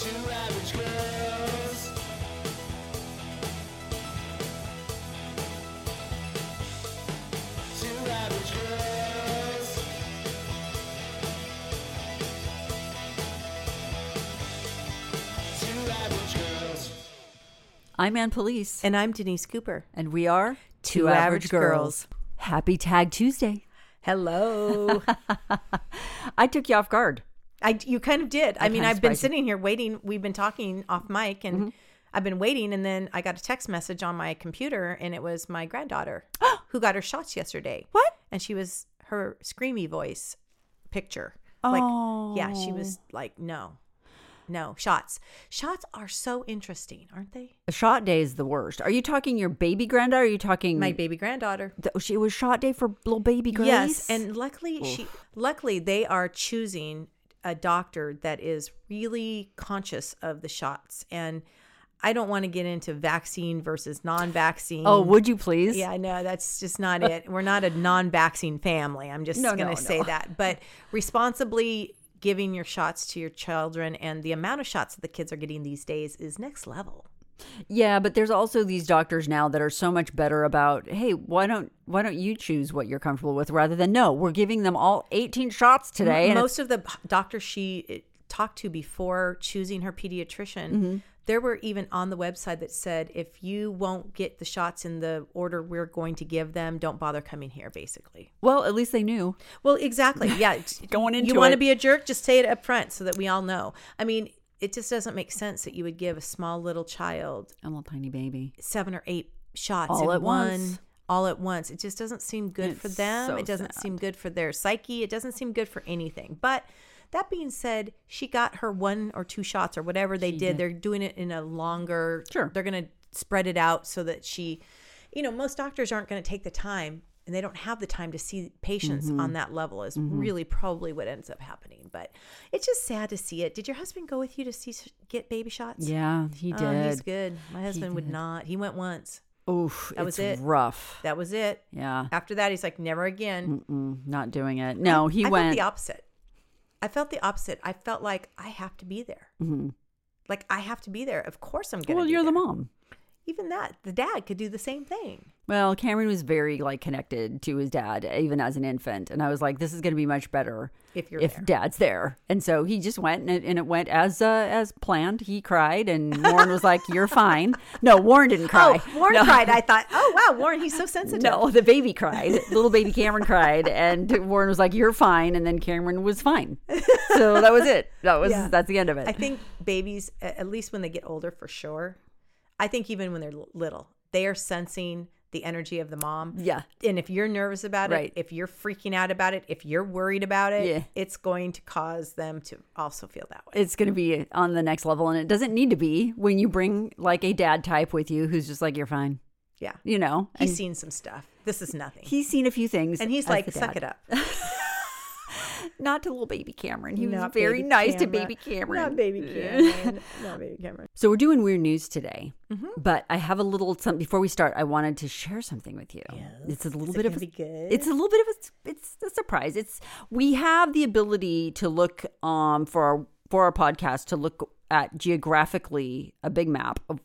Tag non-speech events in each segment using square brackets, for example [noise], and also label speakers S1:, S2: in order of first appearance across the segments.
S1: Two average girls. Two average girls. Two average girls.
S2: I'm Ann Police,
S3: And I'm Denise Cooper.
S2: and we are
S3: Two Average Girls.
S2: Happy Tag Tuesday.
S3: Hello.
S2: I took you off guard.
S3: I you kind of did. I
S2: That
S3: mean,
S2: kinda
S3: I've been
S2: surprised me.
S3: sitting here waiting. We've been talking off mic and I've been waiting and then I got a text message on my computer and it was my granddaughter who got her shots yesterday.
S2: What?
S3: And she was her screamy voice picture.
S2: Oh.
S3: Like yeah, she was like no. No, shots. Shots are so interesting, aren't they?
S2: Shot day is the worst. Are you talking your baby granddaughter? Are you talking
S3: My baby granddaughter.
S2: Th- she was shot day for little baby Grace.
S3: Yes, and luckily she luckily they are choosing a doctor that is really conscious of the shots and I don't want to get into vaccine versus non-vaccine.
S2: oh, would you please?
S3: yeah, no, that's
S2: [laughs]
S3: just not it. We're not a non-vaccine family. I'm just
S2: No,
S3: going
S2: no,
S3: to say
S2: no.
S3: that. But responsibly giving your shots to your children and the amount of shots that the kids are getting these days is next level.
S2: Yeah, but there's also these doctors now that are so much better about, hey, why don't why don't you choose what you're comfortable with rather than no, we're giving them all 18 shots today. and it's-
S3: most of the doctors she eh, talked to before choosing her pediatrician there were even on the website that said if you won't get the shots in the order we're going to give them don't bother coming here basically
S2: well, at least they knew.
S3: well exactly yeah it's- [laughs]
S2: Going into
S3: you want
S2: it.
S3: to be a jerk just say it up front so that we all know i mean it just doesn't make sense that you would give a small little child
S2: I'm a little tiny baby.
S3: seven or eight shots
S2: All
S3: in
S2: at
S3: one
S2: once.
S3: all at once. It just doesn't seem good for
S2: It's
S3: them.
S2: so
S3: it doesn't
S2: sad.
S3: seem good for their psyche. It doesn't seem good for anything. But that being said, she got her one or two shots or whatever they did.
S2: did.
S3: They're doing it in a longer
S2: Sure.
S3: They're going to spread it out so that she you know, most doctors aren't going to take the time and they don't have the time to see patients
S2: Mm-hmm.
S3: on that level is really probably what ends up happening. But it's just sad to see it. Did your husband go with you to see get baby shots?
S2: Yeah, he did.
S3: Oh, he's good. My husband would not. He went once.
S2: Oof,
S3: That
S2: it's
S3: was it.
S2: rough.
S3: That was it.
S2: Yeah,
S3: After that, he's like, never again.
S2: mm, not doing it. No, he
S3: I felt
S2: went.
S3: the opposite. I felt the opposite. I felt like I have to be there.
S2: Mm-hmm.
S3: Like I have to be there. Of course, I'm gonna.
S2: well,
S3: be
S2: you're the
S3: there.
S2: mom.
S3: Even that, the dad could do the same thing.
S2: Well, Cameron was very like connected to his dad even as an infant, and I was like, this is going to be much better
S3: If you're
S2: if
S3: there.
S2: dad's there. And so he just went, and it, and it went as uh, as planned. He cried, and Warren was like, "You're fine." No, Warren didn't cry.
S3: Oh, Warren
S2: No. [laughs]
S3: cried. I thought, oh wow, Warren, he's so sensitive.
S2: No, the baby cried. Little baby Cameron cried, and Warren was like, "You're fine," and then Cameron was fine. So that was it. That was
S3: Yeah.
S2: that's the end of it.
S3: I think babies, a- at least when they get older, for sure. I think even when they're l- little, they are sensing the energy of the mom.
S2: Yeah.
S3: And if you're nervous about
S2: Right.
S3: it, if you're freaking out about it, if you're worried about it,
S2: Yeah.
S3: it's going to cause them to also feel that way.
S2: it's going to be on the next level and it doesn't need to be when you bring like a dad type with you who's just like you're fine
S3: Yeah.
S2: you know
S3: He's
S2: And
S3: seen some stuff. This is nothing.
S2: he's seen a few things
S3: and he's
S2: as
S3: like,
S2: the
S3: suck
S2: dad.
S3: it up.
S2: [laughs] not to little baby cameron he was
S3: Not
S2: very
S3: baby
S2: nice to
S3: Cameron.
S2: baby cameron
S3: Not
S2: [laughs]
S3: baby Cameron. Not baby Cameron.
S2: so we're doing weird news today but i have a little something before we start i wanted to share something with you it's a little
S3: Is it
S2: bit of
S3: gonna
S2: a,
S3: be good?
S2: it's a little bit of a it's a surprise it's we have the ability to look um for our for our podcast to look at geographically a big map of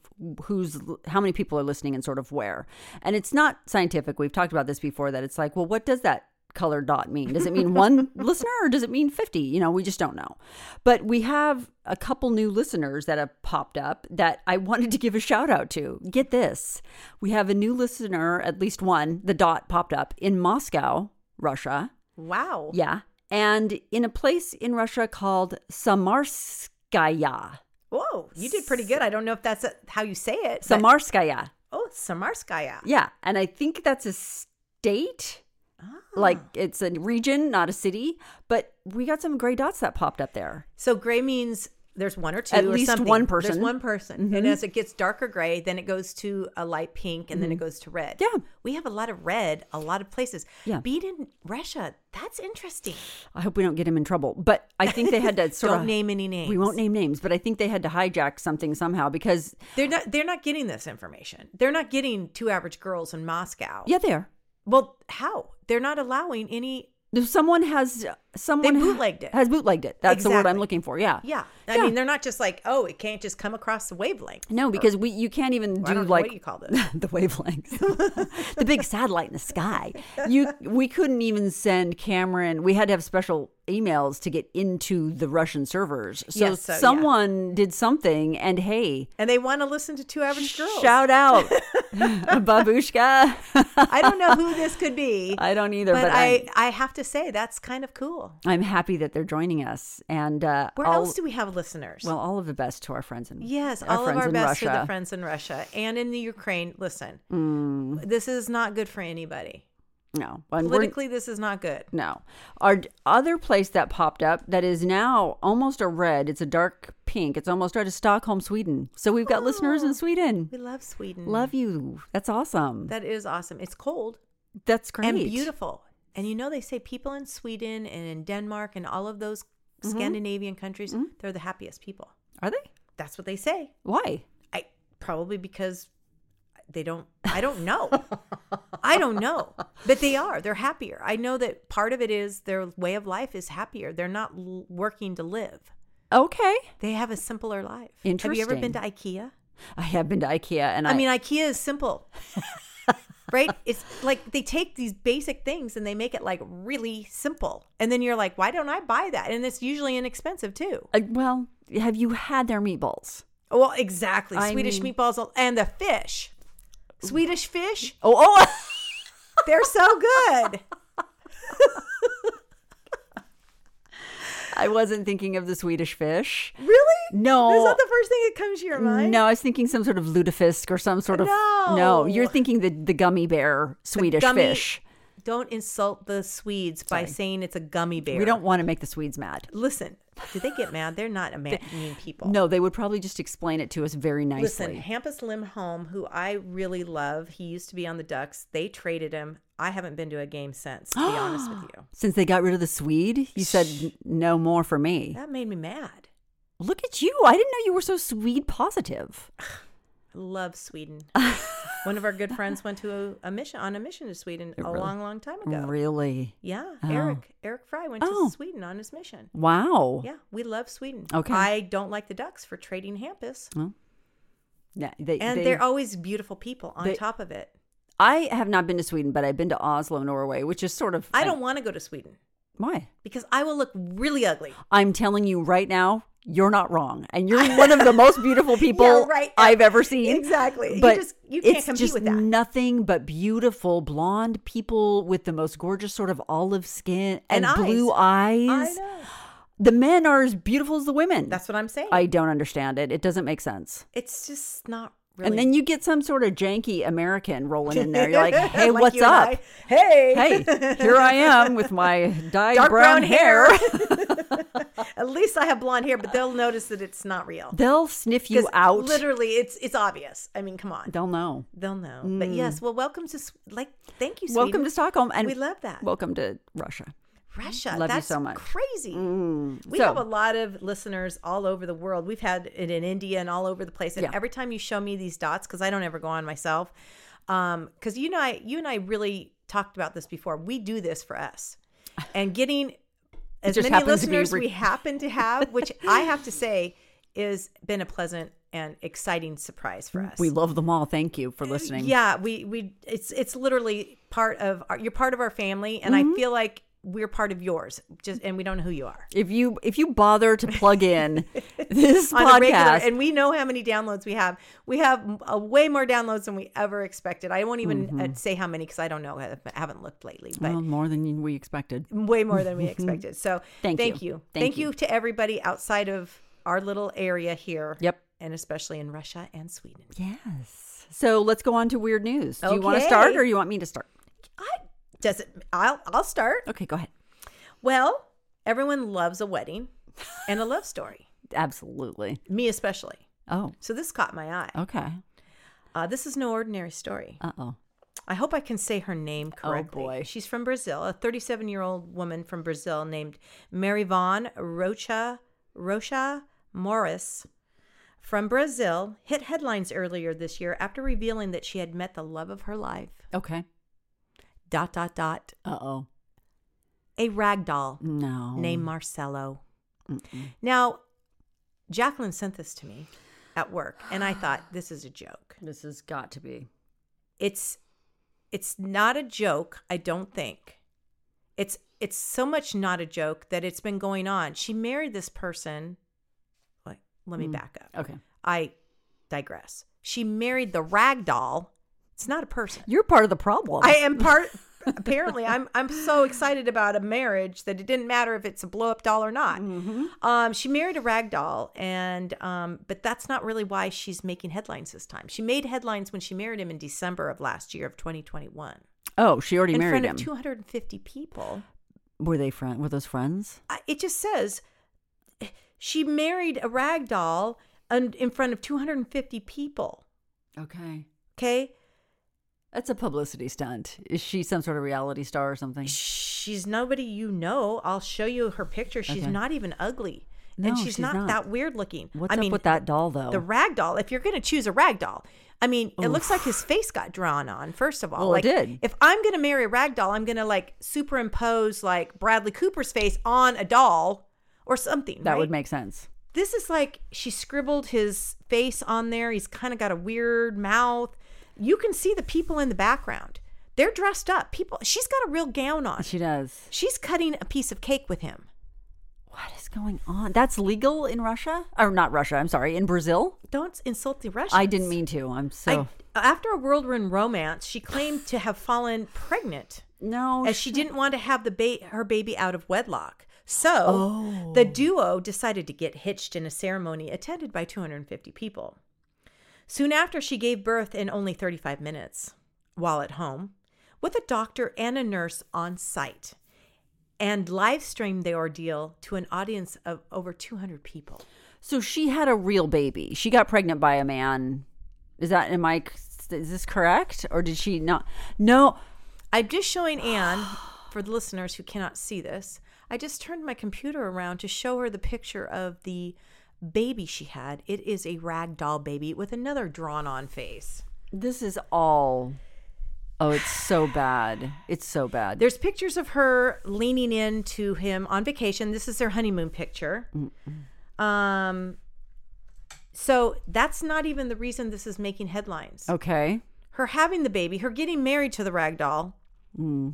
S2: who's how many people are listening and sort of where and it's not scientific we've talked about this before that it's like well what does that color dot mean does it mean one listener or does it mean 50 you know we just don't know but we have a couple new listeners that have popped up that i wanted to give a shout out to get this we have a new listener at least one the dot popped up in moscow russia
S3: Wow.
S2: yeah. And in a place in Russia called Samarskaya.
S3: Whoa. You did pretty good. I don't know if that's a, how you say it. but-
S2: Samarskaya.
S3: oh, Samarskaya.
S2: Yeah. And I think that's a state. Like it's a region, not a city. But we got some gray dots that popped up there.
S3: So gray means there's one or two,
S2: At
S3: or
S2: least
S3: something.
S2: one
S3: There's
S2: person. Mm-hmm.
S3: one person, and as it gets darker gray, then it goes to a light pink, and then it goes to red.
S2: Mm-hmm. Yeah.
S3: we have a lot of red, a lot of places.
S2: Yeah.
S3: being in Russia, that's interesting.
S2: I hope we don't get him in trouble. But I think they
S3: [laughs]
S2: had to sort
S3: Don't
S2: of
S3: name any names.
S2: We won't name names, but I think they had to hijack something somehow because
S3: They're not. They're not getting this information. They're not getting two average girls in Moscow.
S2: yeah, there.
S3: Well, how? They're not allowing any.
S2: Someone has someone
S3: bootlegged it.
S2: Has bootlegged it. That's the word I'm
S3: Exactly.
S2: looking for. Yeah.
S3: Yeah, I
S2: Yeah.
S3: mean, they're not just like, oh, it can't just come across the wavelength.
S2: No, because we you can't even
S3: I
S2: do
S3: don't know
S2: like
S3: what you call this.
S2: [laughs] the
S3: [laughs]
S2: wavelengths, [laughs] the big satellite in the sky. You, we couldn't even send Cameron. We had to have special emails to get into the Russian servers. So,
S3: Yes, so, yeah.
S2: someone did something, and hey,
S3: and they want to listen to
S2: [laughs]
S3: two average girls.
S2: shout
S3: [laughs]
S2: out, babushka.
S3: I don't know who this could be,
S2: [laughs] I don't either,
S3: but,
S2: but,
S3: I, I have to say that's kind of cool.
S2: I'm, I'm happy that they're joining us. And uh,
S3: Where
S2: all,
S3: else do we have listeners?
S2: well, all of the best to our friends in
S3: yes,
S2: our
S3: all of
S2: friends
S3: our
S2: in
S3: best to
S2: Russia.
S3: the friends in Russia and in the Ukraine. Listen, this is not good for anybody.
S2: No, Hmm. and we're-
S3: Politically, this is not good.
S2: No. Our d- other place that popped up that is now almost a red, it's a dark pink, it's almost red, is Stockholm, Sweden. So we've got listeners
S3: Oh.
S2: in Sweden.
S3: We love Sweden.
S2: Love you. That's awesome.
S3: Hmm. that is awesome. It's cold
S2: That's great.
S3: and beautiful. And you know they say people in Sweden and in Denmark and all of those
S2: Mm-hmm.
S3: Scandinavian countries, they're the happiest people.
S2: Are they?
S3: That's what they say.
S2: Why?
S3: I probably because they don't I don't know. I don't know. But they are. They're happier. I know that part of it is their way of life is happier. They're not l- working to live.
S2: Okay.
S3: They have a simpler life. Have you ever been to IKEA?
S2: I have been to IKEA and I,
S3: I mean, IKEA is simple. right? It's like they take these basic things and they make it like really simple. And then you're like, "Why don't I buy that?" And it's usually inexpensive too.
S2: I- Uh, well, have you had their meatballs?
S3: Well, exactly.
S2: I
S3: Swedish
S2: mean-
S3: meatballs and the fish. Swedish fish?
S2: Oh, oh.
S3: They're so good.
S2: [laughs] I wasn't thinking of the Swedish fish.
S3: Really?
S2: No. Mm,
S3: Is that the first thing that comes to your mind?
S2: No, I was thinking some sort of lutefisk or some sort of
S3: No.
S2: You're thinking the the gummy bear Swedish
S3: gummy-
S2: fish.
S3: Don't insult the Swedes by saying it's a gummy bear.
S2: We don't want to make the Swedes mad.
S3: Listen, do they get mad? They're not a ma- mean people.
S2: No, they would probably just explain it to us very nicely.
S3: Listen, Hampus Limholm, who I really love, he used to be on the Ducks. They traded him. I haven't been to a game since, to be honest with [gasps] you.
S2: Since they got rid of the Swede, you said "N- no more for me.
S3: That made me mad.
S2: Look at you. I didn't know you were so Swede positive.
S3: I love [laughs] Sweden. One of our good friends went to a, a mission on a mission to Sweden a
S2: really-
S3: long, long time ago.
S2: Really?
S3: Yeah,
S2: Oh.
S3: Eric Eric Fry went
S2: Oh.
S3: to Sweden on his mission.
S2: Wow.
S3: Yeah, we love Sweden.
S2: Okay.
S3: I don't like the Ducks for trading Hampus.
S2: Yeah, they,
S3: And
S2: they-
S3: they, are always beautiful people on
S2: they-
S3: top of it.
S2: I have not been to Sweden, but I've been to Oslo, Norway, which is sort of
S3: I don't want to go to Sweden
S2: why.
S3: because I will look really ugly.
S2: I'm telling you right now, you're not wrong, and you're
S3: [laughs]
S2: one of the most beautiful people
S3: Yeah, right.
S2: I've ever seen.
S3: Exactly. You
S2: but
S3: just- you can't
S2: it's
S3: compete
S2: just
S3: with that.
S2: Nothing but beautiful blonde people with the most gorgeous sort of olive skin and,
S3: And eyes.
S2: blue eyes.
S3: I know.
S2: The men are as beautiful as the women.
S3: That's what I'm saying.
S2: I don't understand it. It doesn't make sense.
S3: it's just not really.
S2: And then you get some sort of janky American rolling in there. You're
S3: [laughs]
S2: like, hey,
S3: Like
S2: what's
S3: you and
S2: up?
S3: I. Hey.
S2: Hey, here I am with [laughs] my dyed
S3: Dark
S2: brown,
S3: brown
S2: hair.
S3: [laughs] At least I have blonde hair, but they'll notice that it's not real.
S2: [laughs] They'll sniff you
S3: 'Cause
S2: out.
S3: Literally, it's it's obvious. I mean, come on.
S2: They'll know.
S3: They'll know. But yes, well, welcome to S- like thank you.
S2: Mm. Welcome to
S3: Sweden.
S2: Stockholm, and
S3: We love that.
S2: Welcome to Russia.
S3: Russia.
S2: Love you
S3: That's
S2: so much. Mm.
S3: Crazy. We
S2: So-
S3: have a lot of listeners all over the world. We've had it in India and all over the place. And
S2: Yeah.
S3: every time you show me these dots, because I don't ever go on myself, because you know, I, you and I really talked about this before. We do this for
S2: [laughs]
S3: us, and getting as
S2: just
S3: many
S2: happens to be
S3: listeners
S2: re-
S3: we happen to have, which I
S2: [laughs]
S3: have to say, is been a pleasant and exciting surprise for us.
S2: We love them all. Thank you for listening.
S3: Yeah, we we it's it's literally part of our, you're part of our family, and
S2: Mm-hmm.
S3: I feel like we're part of yours. Just and we don't know who you are
S2: If you if you bother to plug [laughs] in this
S3: on a regular,
S2: podcast,
S3: and we know how many downloads we have. We have a way more downloads than we ever expected. I won't even uh say how many because I don't know. I haven't looked lately, but.
S2: Mm-hmm. well, more than we expected.
S3: Way more than we expected. So
S2: Thank you.
S3: you.
S2: Thank
S3: Thank
S2: you.
S3: you to everybody outside of our little area here.
S2: Yep.
S3: And especially in Russia and Sweden.
S2: Yes. So let's go on to weird news. Do you want to
S3: Okay.
S2: start, or you want me to start?
S3: I does it I'll I'll start.
S2: Okay, go ahead.
S3: Well, everyone loves a wedding and a love story.
S2: Absolutely.
S3: me especially.
S2: Oh,
S3: So this caught my eye.
S2: okay.
S3: Uh, this is no ordinary story.
S2: Uh oh.
S3: I hope I can say her name correctly.
S2: boy.
S3: She's from Brazil, a 37 year old woman from Brazil named Mary Vaughn Rocha, Rocha Morris from Brazil hit headlines earlier this year after revealing that she had met the love of her life.
S2: Okay.
S3: Dot, dot, dot.
S2: Uh oh.
S3: A rag doll
S2: No.
S3: named Marcelo. Now, Jacqueline sent this to me at work, and I thought, this is a joke.
S2: This has got to be.
S3: it's it's not a joke i don't think it's it's so much not a joke that it's been going on she married this person like let me back up
S2: Okay.
S3: i digress she married the rag doll it's not a person
S2: You're part of the problem.
S3: i am part apparently i'm i'm so excited about a marriage that it didn't matter if it's a blow up doll or not
S2: Mm-hmm.
S3: um she married a rag doll and um but that's not really why she's making headlines this time she made headlines when she married him in december of last year of 2021
S2: oh, she already
S3: in
S2: married
S3: front
S2: him.
S3: of 250 people.
S2: were they friend? Were those friends?
S3: I- It just says she married a rag doll and in front of 250 people.
S2: Okay.
S3: Okay.
S2: That's a publicity stunt. Is she some sort of reality star or something?
S3: She's nobody you know. I'll show you her picture. She's
S2: Okay.
S3: not even ugly.
S2: No,
S3: and she's,
S2: she's
S3: not,
S2: not.
S3: that weird looking.
S2: What's
S3: I
S2: up
S3: mean,
S2: with that doll though?
S3: The rag doll, if you're going to choose a rag doll, I mean, it looks like
S2: [sighs]
S3: his face got drawn on, first of all.
S2: Well, it
S3: like,
S2: did.
S3: If I'm going to marry a rag doll, I'm going to like superimpose like Bradley Cooper's face on a doll or something.
S2: that
S3: right?
S2: would make sense.
S3: this is like she scribbled his face on there. He's kind of got a weird mouth. You can see the people in the background. They're dressed up. People she's got a real gown on.
S2: She does.
S3: She's cutting a piece of cake with him.
S2: What is going on? That's legal in Russia? Or not Russia, I'm sorry, in Brazil?
S3: Don't insult the Russians.
S2: I didn't mean to. I'm so
S3: I- after a whirlwind romance, she claimed to have fallen
S2: [sighs]
S3: pregnant
S2: No.
S3: as she didn't want to have the ba- her baby out of wedlock. So
S2: Oh.
S3: the duo decided to get hitched in a ceremony attended by 250 people. Soon after, she gave birth in only 35 minutes while at home with a doctor and a nurse on site and live streamed the ordeal to an audience of over 200 people.
S2: So she had a real baby. She got pregnant by a man. Is that am I is this correct or did she not? No.
S3: I'm just showing Anne, for the listeners who cannot see this, I just turned my computer around to show her the picture of the baby she had. It is a rag doll baby with another drawn on face.
S2: This is all Oh, it's so bad. It's so bad.
S3: There's pictures of her leaning in to him on vacation. This is their honeymoon picture. Um, so that's not even the reason this is making headlines.
S2: okay.
S3: her having the baby, her getting married to the rag doll,
S2: Hmm.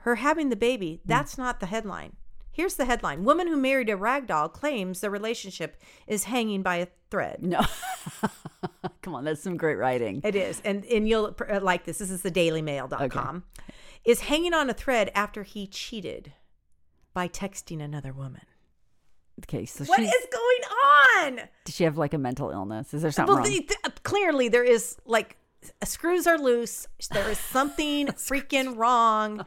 S3: her having the baby, that's not the headline. Here's the headline Woman who married a rag doll claims the relationship is hanging by a thread.
S2: No. [laughs] Come on, that's some great writing.
S3: It is. And, and you'll pr- uh, like this. This is the dailymail.com. Is hanging on a thread after he cheated by texting another woman.
S2: Okay, so
S3: What
S2: she
S3: is going on?
S2: did she have like a mental illness? Is there something
S3: Well,
S2: wrong?
S3: the, the- clearly there is like s- screws are loose. There is
S2: [laughs]
S3: something freaking wrong.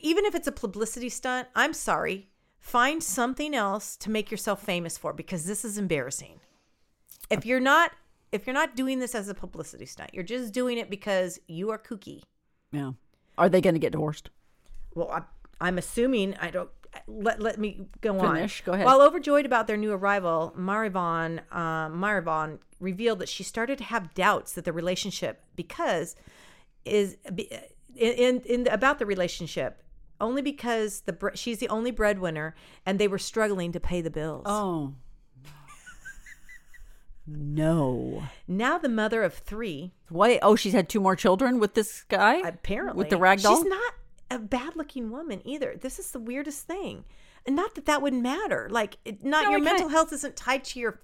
S3: Even if it's a publicity stunt, I'm sorry. Find something else to make yourself famous for because this is embarrassing. If you're not if you're not doing this as a publicity stunt, you're just doing it because you are kooky.
S2: yeah. Are they going to get divorced?
S3: Well, I, I'm assuming I don't. Let, let me go
S2: Finish.
S3: on.
S2: Go ahead.
S3: While overjoyed about their new arrival, Marivon um, Marivon revealed that she started to have doubts that the relationship because is be- in in, in about the relationship only because the bre- she's the only breadwinner and they were struggling to pay the bills.
S2: Oh. no.
S3: Now the mother of three,
S2: Why? Oh, she's had two more children with this guy?
S3: apparently
S2: With the rag doll?
S3: she's not a bad-looking woman either. This is the weirdest thing, and not that that would matter. Like, it, not
S2: No,
S3: your
S2: it
S3: mental
S2: kinda-
S3: health isn't tied to your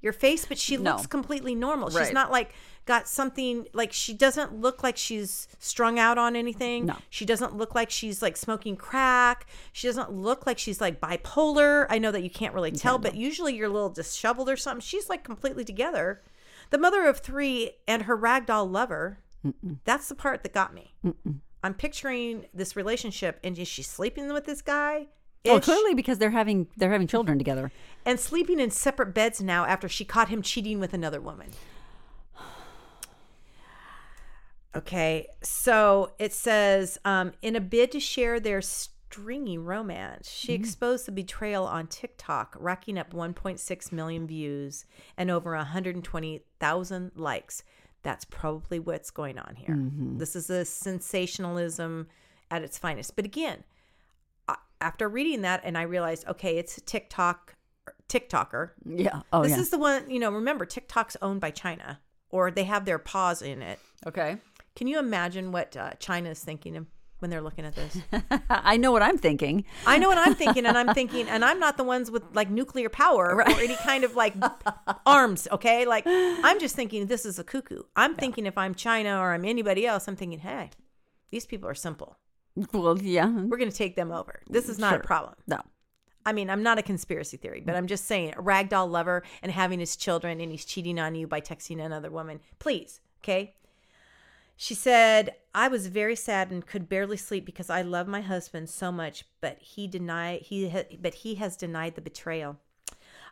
S3: your face, but she
S2: No.
S3: looks completely normal. She's
S2: Right.
S3: not like got something like she doesn't look like she's strung out on anything.
S2: No.
S3: She doesn't look like she's like smoking crack. She doesn't look like she's like bipolar. I know that you can't really tell, but usually you're a little disheveled or something. She's like completely together. The mother of three and her ragdoll lover. That's the part that got me. I'm picturing this relationship, and is she sleeping with this guy?
S2: Well,
S3: ish.
S2: Oh, clearly because they're having they're having children together.
S3: and sleeping in separate beds now after she caught him cheating with another woman. [sighs] Okay, so it says um, in a bid to share their stringy romance, she exposed the betrayal on TikTok, racking up 1.6 million views and over 120,000 likes. That's probably what's going on here. This is a sensationalism at its finest. But again, a- after reading that, and I realized, okay, it's a TikTok TikToker.
S2: Yeah. Oh
S3: this
S2: yeah.
S3: is the one, you know, remember TikTok's owned by China or they have their paws in it.
S2: okay. [laughs]
S3: Can you imagine what uh, China is thinking of when they're looking
S2: [laughs]
S3: at this?
S2: I know what I'm thinking.
S3: I know what I'm thinking, and I'm thinking, and I'm not the ones with like nuclear power or any kind
S2: [laughs]
S3: of like arms, okay? Like, I'm just thinking this is a cuckoo. I'm thinking if I'm China or I'm anybody else, I'm thinking, hey, these people are simple.
S2: Well, yeah.
S3: We're going to take them over. This is not a
S2: Sure.
S3: problem.
S2: No.
S3: I mean, I'm not a conspiracy theory, but I'm just saying a ragdoll lover and having his children and he's cheating on you by texting another woman. Please, okay? She said, I was very sad and could barely sleep because I love my husband so much, but he deny he ha- but he has denied the betrayal.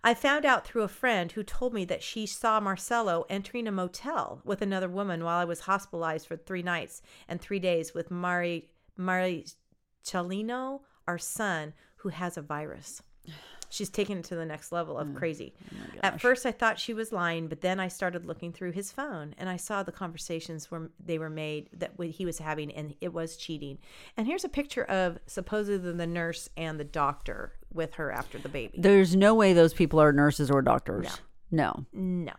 S3: I found out through a friend who told me that she saw Marcello entering a motel with another woman while I was hospitalized for three nights and three days with Mari Mari Cellino, our son, who has a virus. She's taken it to the next level of crazy. At first, I thought she was lying, but then I started looking through his phone and I saw the conversations where they were made that what he was having, and it was cheating. And here's a picture of supposedly the nurse and the doctor with her after the baby.
S2: There's no way those people are nurses or doctors. no.
S3: No.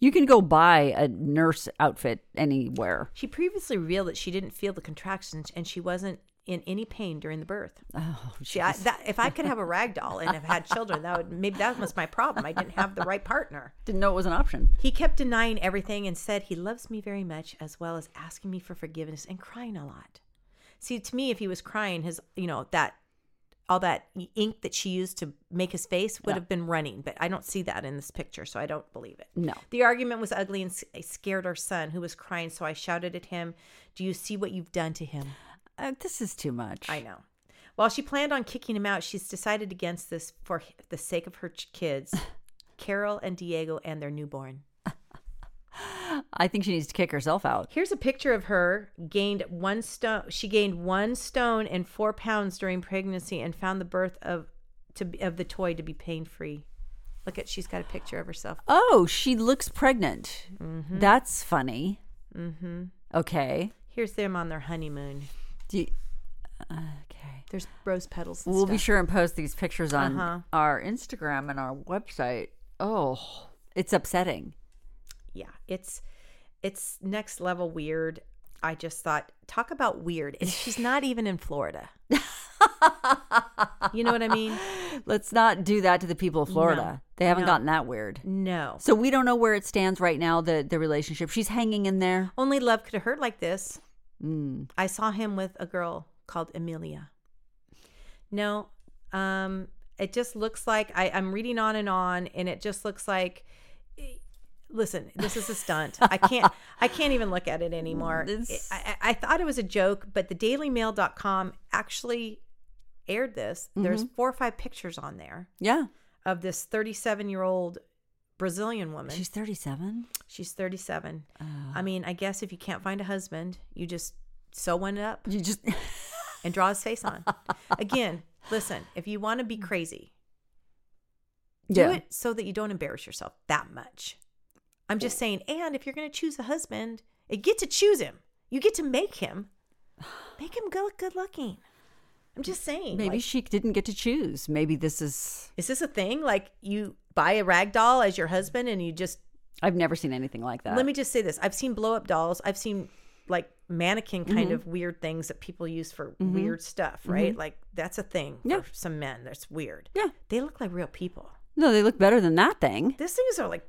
S2: You can go buy a nurse outfit anywhere.
S3: She previously revealed that she didn't feel the contractions and she wasn't in any pain during the birth.
S2: Oh,
S3: She, I, that, if I could have a rag doll and have had children, that would maybe that was my problem. I didn't have the right partner.
S2: didn't know it was an option.
S3: He kept denying everything and said he loves me very much, as well as asking me for forgiveness and crying a lot. See, to me, if he was crying, his you know that all that ink that she used to make his face would have been running, but I don't see that in this picture, so I don't believe it.
S2: No.
S3: The argument was ugly and s- it scared our son, who was crying. So I shouted at him, "Do you see what you've done to him?"
S2: Uh, this is too much.
S3: I know. While she planned on kicking him out, she's decided against this for h- the sake of her ch- kids, Carol and Diego, and their newborn.
S2: I think she needs to kick herself out.
S3: Here's a picture of her gained one stone. She gained one stone and four pounds during pregnancy, and found the birth of to be- of the toy to be pain free. Look at she's got a picture of herself.
S2: Oh, she looks pregnant.
S3: Mm-hmm.
S2: That's funny. Mm-hmm. Okay.
S3: Here's them on their honeymoon.
S2: Do you- okay.
S3: There's rose petals. And
S2: We'll be
S3: stuff.
S2: sure and post these pictures on
S3: Uh-huh.
S2: our Instagram and our website. Oh, it's upsetting.
S3: yeah, it's it's next level weird. I just thought, talk about weird, and she's not even
S2: [laughs]
S3: in Florida. you know what I mean?
S2: Let's not do that to the people of Florida. They haven't
S3: No.
S2: gotten that weird.
S3: No,
S2: So we don't know where it stands right now. The the relationship. She's hanging in there.
S3: only love could hurt like this.
S2: Mm.
S3: I saw him with a girl called Amelia. No, um, it just looks like I, I'm reading on and on, and it just looks like. eh, Listen, this is a stunt.
S2: [laughs]
S3: I can't. I can't even look at it anymore.
S2: This-
S3: I, I I thought it was a joke, but the DailyMail.com actually aired this. There's
S2: Mm-hmm.
S3: four or five pictures on there
S2: Yeah.
S3: of this 37 year old Brazilian woman.
S2: She's thirty seven.
S3: She's 37.
S2: Oh.
S3: I mean, I guess if you can't find a husband, you just sew one up
S2: You
S3: [laughs]
S2: just
S3: and draw his
S2: [laughs]
S3: face on. Again, listen, if you want to be crazy, do
S2: yeah.
S3: it so that you don't embarrass yourself that much. I'm just saying, and if you're going to choose a husband, you get to choose him. You get to
S2: [sighs]
S3: make him. Make him go good looking. I'm just saying.
S2: Maybe
S3: like,
S2: she didn't get to choose. Maybe this is.
S3: is this a thing? Like you buy a rag doll as your husband and you just
S2: I've never seen anything like that.
S3: Let me just say this: I've seen blow up dolls. I've seen like mannequin
S2: Mm-hmm.
S3: kind of weird things that people use for weird stuff, right? Like that's a thing
S2: Yeah.
S3: for some men. That's weird.
S2: Yeah.
S3: They look like real people.
S2: No, they look better than that thing.
S3: These things are like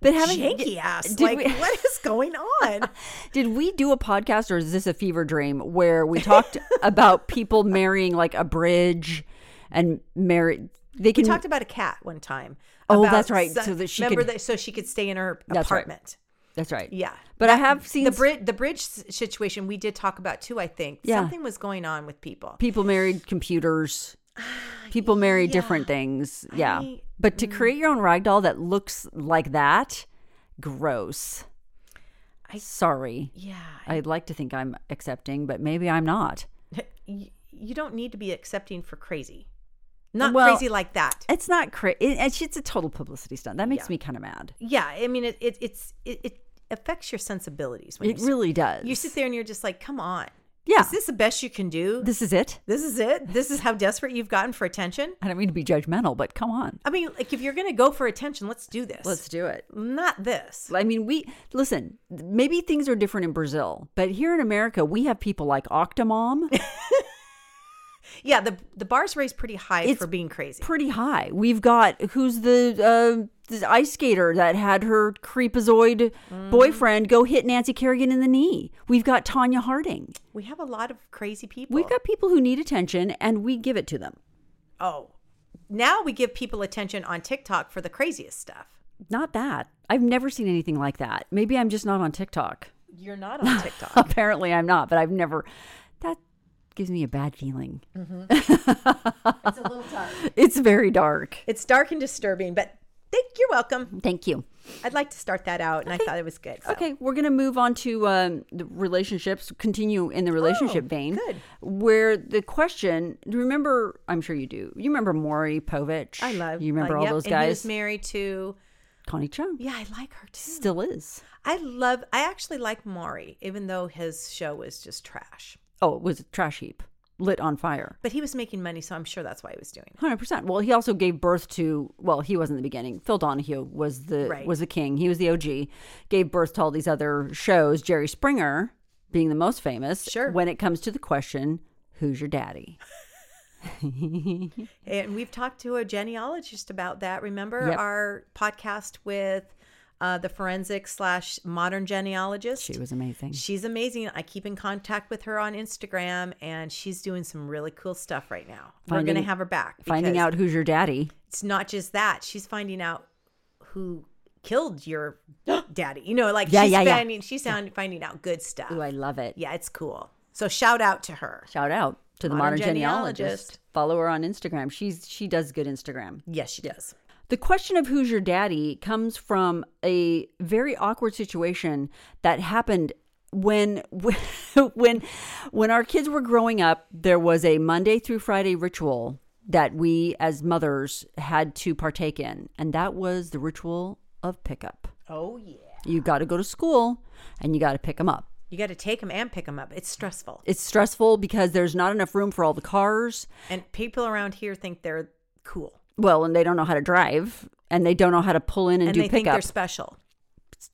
S2: But having
S3: janky ass.
S2: did
S3: like
S2: we-
S3: [laughs] what is going on?
S2: [laughs] Did we do a podcast or is this a fever dream where we
S3: [laughs]
S2: talked about people marrying like a bridge and marry they
S3: we
S2: can
S3: talked about a cat one time.
S2: Oh,
S3: about
S2: that's right,
S3: some-
S2: so that she
S3: remember
S2: could-
S3: that so she could stay in her
S2: That's right.
S3: apartment.
S2: That's right.
S3: Yeah.
S2: But I have seen
S3: The
S2: s-
S3: bridge, the bridge s- situation we did talk about too. I think
S2: Yeah.
S3: something was going on with people. [sighs]
S2: people married computers People marry
S3: yeah.
S2: different things. Yeah.
S3: I- mm.
S2: but to create your own rag doll that looks like that, gross.
S3: I-
S2: Sorry.
S3: Yeah.
S2: I'd like to think I'm accepting, but maybe I'm not.
S3: you, you don't need to be accepting for crazy. Not
S2: Well-
S3: crazy like that.
S2: It's not crazy. It's, it's a total publicity stunt. That makes
S3: Yeah.
S2: me kind of mad.
S3: Yeah, I mean it, it it's it, it affects your sensibilities when
S2: It
S3: you,
S2: really does.
S3: you sit there and you're just like, "Come on.
S2: Yeah.
S3: Is this the best you can do?
S2: this is it.
S3: this is it? This is how desperate you've gotten for attention?"
S2: I don't mean to be judgmental, but come on.
S3: I mean, like if you're going to go for attention, let's do this.
S2: do it.
S3: not this.
S2: I mean, we listen, maybe things are different in Brazil, but here in America, we have people like Octomom
S3: Yeah, the the bar's raised pretty high
S2: It's
S3: for being crazy.
S2: pretty high. We've got who's the, uh, the ice skater that had her creepazoid boyfriend go hit Nancy Kerrigan in the knee. We've got Tanya Harding.
S3: we have a lot of crazy people.
S2: We've got people who need attention and we give it to them.
S3: Oh. Now we give people attention on TikTok for the craziest stuff.
S2: Not that. I've never seen anything like that. Maybe I'm just not on TikTok.
S3: You're
S2: [laughs]
S3: not on TikTok.
S2: Apparently, I'm not, but I've never. That gives me a bad feeling. Mm-hmm. [laughs] it's a little dark. It's very dark.
S3: It's dark and disturbing, but thank you're welcome.
S2: Thank you.
S3: I'd like to start that out, and I thought it was good. so.
S2: Okay, we're gonna move on to um, the relationships. Continue in the relationship
S3: Oh,
S2: vein,
S3: good.
S2: where the question. do you Remember, I'm sure you do. You remember Maury Povich.
S3: I love.
S2: You remember
S3: uh,
S2: all
S3: yep,
S2: those
S3: and he was
S2: guys.
S3: married to.
S2: Connie Chung
S3: Yeah, I like her too.
S2: still is.
S3: I love. I actually like Maury, even though his show was just trash.
S2: Oh, it was a trash heap lit on fire.
S3: But he was making money, so I'm sure that's why he was doing it.
S2: Hundred percent. Well, he also gave birth to. Well, he wasn't the beginning. Phil Donahue was the
S3: Right.
S2: was the king. He was the OG. Gave birth to all these other shows. Jerry Springer being the most famous.
S3: Sure.
S2: When it comes to the question, who's your daddy?
S3: And we've talked to a genealogist about that. Remember
S2: Yep.
S3: our podcast with uh, the forensic slash modern genealogist?
S2: She was amazing.
S3: She's amazing. I keep in contact with her on Instagram, and she's doing some really cool stuff right now. We're going
S2: Finding-
S3: to have her back.
S2: Finding
S3: because
S2: out who's your daddy.
S3: it's not just that she's finding out who killed
S2: [gasps]
S3: your daddy. You know, like
S2: Yeah,
S3: she's
S2: yeah, yeah.
S3: finding she's found, finding out good stuff.
S2: Ooh, I love it.
S3: yeah, it's cool. So shout out to her.
S2: Shout out to the modern,
S3: Modern
S2: genealogist.
S3: genealogist.
S2: Follow her on Instagram. She's she does good Instagram.
S3: Yes, she does.
S2: The question of who's your daddy comes from a very awkward situation that happened when [laughs] when when our kids were growing up there was a Monday through Friday ritual that we as mothers had to partake in and that was the ritual of pickup.
S3: Oh yeah.
S2: You got to go to school and you got to pick them up.
S3: You got to take them and pick them up. It's stressful,
S2: It's stressful because there's not enough room for all the cars.
S3: and people around here think they're cool
S2: Well, and they don't know how to drive and they don't know how to pull in and,
S3: and
S2: do
S3: they think
S2: pickup.
S3: they're special.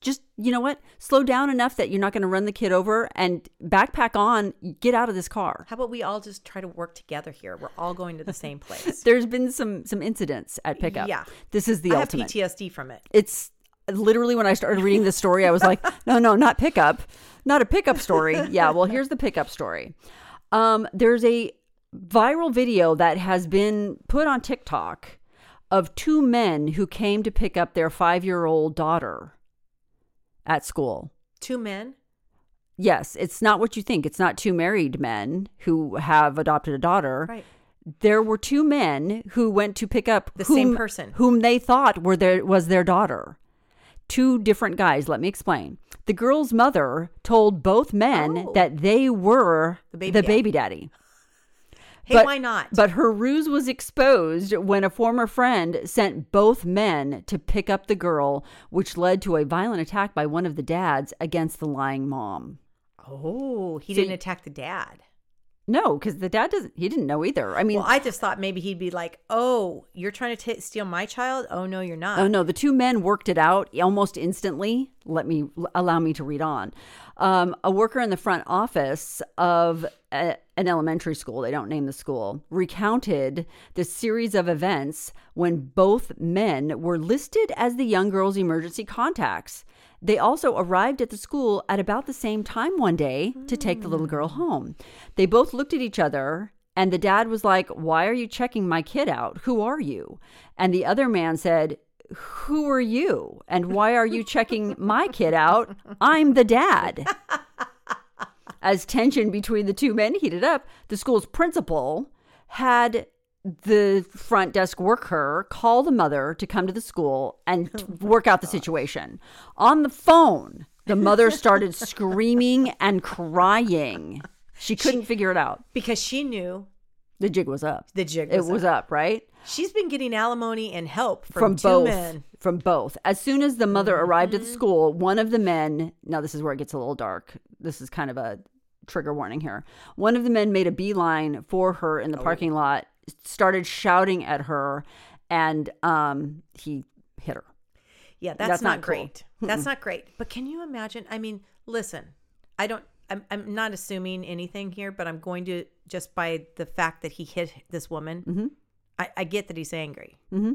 S2: just you know what slow down enough that you're not going to run the kid over and backpack on get out of this car
S3: How about we all just try to work together here? We're all going to the same
S2: [laughs]
S3: place.
S2: there's been some some incidents at pickup
S3: Yeah.
S2: this is the
S3: I have
S2: ultimate
S3: PTSD from it.
S2: it's literally when i started reading this story i was like no no not pickup not a pickup story yeah well here's the pickup story um there's a viral video that has been put on tiktok of two men who came to pick up their five-year-old daughter at school
S3: Two men.
S2: Yes, it's not what you think. It's not two married men who have adopted a daughter.
S3: Right.
S2: There were two men who went to pick up
S3: The same person.
S2: whom they thought were their was their daughter. Two different guys. Let me explain. The girl's mother told both men
S3: Oh.
S2: that they were
S3: The baby
S2: the
S3: dad.
S2: baby daddy.
S3: Hey, why not?
S2: But her ruse was exposed when a former friend sent both men to pick up the girl, which led to a violent attack by one of the dads against the lying mom.
S3: oh, he
S2: So
S3: didn't
S2: you-
S3: attack the dad.
S2: No, because the dad doesn't. He didn't know either. I mean,
S3: well, I just thought maybe he'd be like, "Oh, you're trying to ta steal my child? Oh no, you're not."
S2: oh no, the two men worked it out almost instantly. Let me allow me to read on. Um, a worker in the front office of a, an elementary school, they don't name the school, recounted the series of events when both men were listed as the young girl's emergency contacts. They also arrived at the school at about the same time one day to take the little girl home. They both looked at each other and the dad was like, Why are you checking my kid out? Who are you? And the other man said, Who are you? And why are you checking my kid out? I'm the dad. As tension between the two men heated up, the school's principal had the front desk worker call the mother to come to the school and
S3: Oh
S2: t- work out the situation. On the phone, the mother started screaming and crying. She couldn't figure it out.
S3: because she knew
S2: The jig was up.
S3: the jig
S2: it
S3: was,
S2: was
S3: up.
S2: up, right?
S3: She's been getting alimony and help
S2: from
S3: from, two
S2: both
S3: men. Mm-hmm.
S2: from both as soon as the mother arrived at the school one of the men now this is where it gets a little dark this is kind of a trigger warning here one of the men made a beeline for her
S3: Oh.
S2: in the parking lot started shouting at her and um he hit her
S3: Yeah, that's,
S2: That's
S3: not,
S2: not cool.
S3: great. That's not great. But can you imagine? I mean, listen, I don't. I'm, I'm not assuming anything here, but I'm going to just by the fact that he hit this woman.
S2: Mm-hmm.
S3: I, I get that he's angry. Mm-hmm.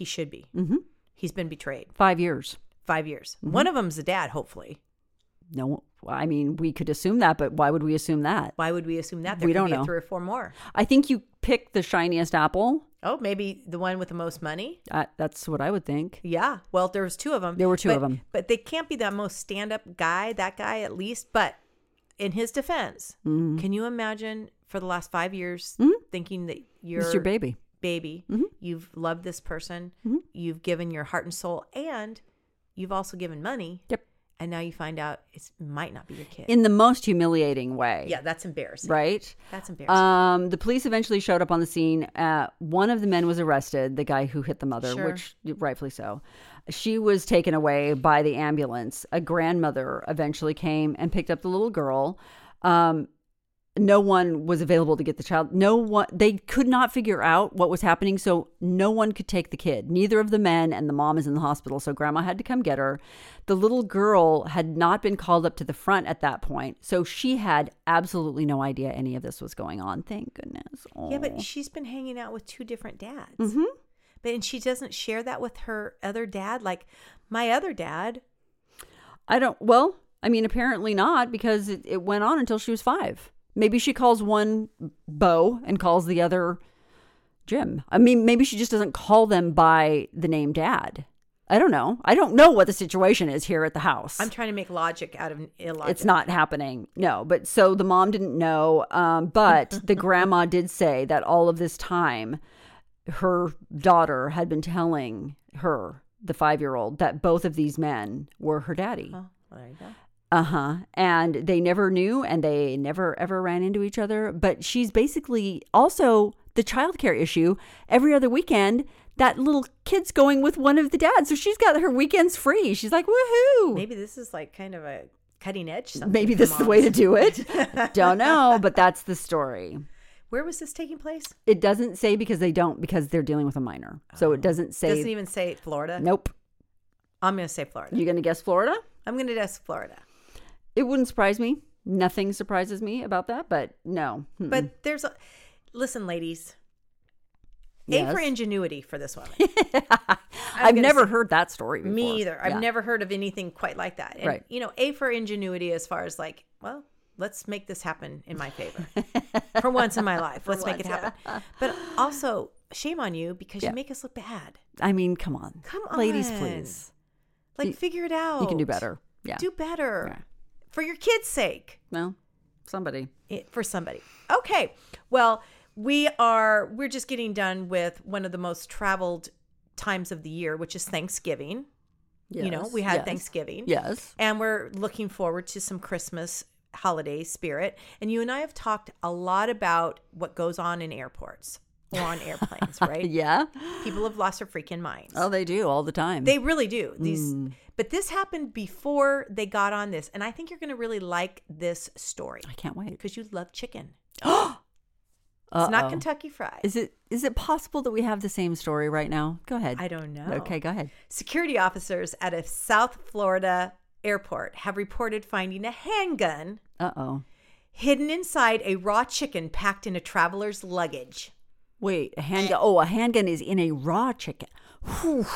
S3: He should be. Mm-hmm. He's been betrayed.
S2: 5 years
S3: Five years.
S2: Mm-hmm.
S3: One of them's a dad. Hopefully,
S2: no i mean we could assume that but why would we assume that
S3: why would we assume that? There
S2: We
S3: could
S2: don't
S3: be a
S2: know.
S3: three or four more.
S2: i think you pick the shiniest apple
S3: Oh, maybe the one with the most money.
S2: uh, that's what i would think
S3: Yeah. Well, there was two of them.
S2: There were two
S3: but,
S2: of 'em.
S3: But they can't be the most stand-up guy. That guy, at least. But in his defense,
S2: Mm-hmm.
S3: can you imagine for the last five years thinking that your,
S2: it's Mm-hmm. your Mm-hmm. baby
S3: baby, you've loved this person, you've given your heart and soul, and you've also given money,
S2: yep
S3: and now you find out it might not be your kid.
S2: in the most humiliating way
S3: yeah, that's embarrassing.
S2: right
S3: That's embarrassing.
S2: Um, the police eventually showed up on the scene. Uh, one of the men was arrested, the guy who hit the mother,
S3: Sure.
S2: which rightfully so. She was taken away by the ambulance. A grandmother eventually came and picked up the little girl. Um, no one was available to get the child. No one, they could not figure out what was happening. So no one could take the kid. Neither of the men and the mom is in the hospital. So grandma had to come get her. The little girl had not been called up to the front at that point. So she had absolutely no idea any of this was going on. Thank goodness.
S3: yeah,
S2: Aw. Mm-hmm.
S3: but she's been hanging out with two different dads. But and she doesn't share that with her other dad. Like my other dad
S2: I don't, well, I mean, apparently not because it, it went on until she was five. Maybe she calls one Bo and calls the other Jim. I mean, maybe she just doesn't call them by the name dad. I don't know. I don't know what the situation is here at the house.
S3: I'm trying to make logic out of illogic.
S2: it's not happening. No, but so the mom didn't know. Um, but the grandma did say that all of this time, her daughter had been telling her, the five year old, that both of these men were her daddy.
S3: Oh, well, there you go.
S2: Uh huh. And they never knew and they never ever ran into each other. But she's basically also the childcare issue. Every other weekend, that little kid's going with one of the dads. So she's got her weekends free. She's like, woohoo. Maybe,
S3: Maybe this is like kind of a cutting edge. Something for
S2: this is the way to
S3: moms. [laughs]
S2: do it. Don't know, but that's the story.
S3: Where was this taking place?
S2: It doesn't say because they don't, because they're dealing with a minor. So it doesn't say.
S3: Oh. Doesn't even say Florida.
S2: nope.
S3: I'm gonna say Florida.
S2: You're going to guess Florida?
S3: I'm gonna guess Florida.
S2: It wouldn't surprise me. Nothing surprises me about that, but no. Hmm.
S3: But there's a listen, ladies. A for
S2: Yes.
S3: ingenuity for this one.
S2: I've
S3: gonna
S2: never heard that story before.
S3: Me either. I've
S2: Yeah.
S3: never heard of anything quite like that. And,
S2: Right.
S3: You know, A for ingenuity as far as like, well, let's make this happen in
S2: [laughs]
S3: my favor. for once in my life, let's make it
S2: once,
S3: happen.
S2: [laughs]
S3: But also, shame on you because
S2: Yeah.
S3: you make us look bad.
S2: I mean, come on.
S3: Come
S2: Ladies,
S3: on.
S2: please.
S3: Like,
S2: You-
S3: figure it out.
S2: You can do better. Yeah.
S3: Do better
S2: Yeah.
S3: for your kids' sake.
S2: well, somebody.
S3: it- for somebody. Okay. Well, we are we're just getting done with one of the most traveled times of the year, which is Thanksgiving. You know,
S2: Yes,
S3: we had
S2: yes,
S3: Thanksgiving.
S2: Yes.
S3: And we're looking forward to some Christmas holiday spirit. And you and I have talked a lot about what goes on in airports or on
S2: [laughs]
S3: airplanes, right?
S2: Yeah.
S3: People have lost their freaking minds.
S2: Oh, Mm. they do all the time.
S3: They really do. These but this happened before they got on this. And I think you're gonna really like this story.
S2: I can't wait.
S3: Because you love
S2: [gasps]
S3: chicken.
S2: Uh-oh.
S3: It's not Kentucky Fried.
S2: Is it is it possible that we have the same story right now? Go ahead.
S3: I don't know.
S2: Okay, go ahead.
S3: Security officers at a South Florida airport have reported finding a handgun
S2: Uh-oh.
S3: hidden inside a raw chicken packed in a traveler's luggage.
S2: Wait, a handgun. Oh, a handgun is in a raw chicken. [sighs] Whew.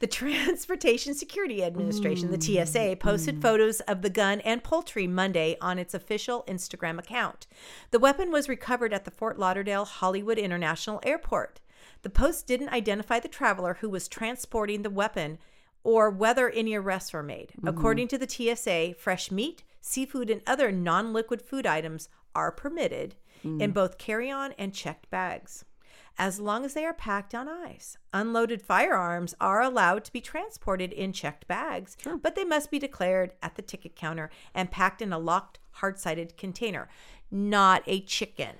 S3: The Transportation Security Administration, the TSA, posted photos of the gun and poultry Monday on its official Instagram account. The weapon was recovered at the Fort Lauderdale Hollywood International Airport. The post didn't identify the traveler who was transporting the weapon or whether any arrests were made. According to the TSA, fresh meat, seafood, and other non liquid food items are permitted in both carry on and checked bags. as long as they are packed on ice. Unloaded firearms are allowed to be transported in checked bags, but they must be declared at the ticket counter and packed in a locked, hard sided container, not a chicken.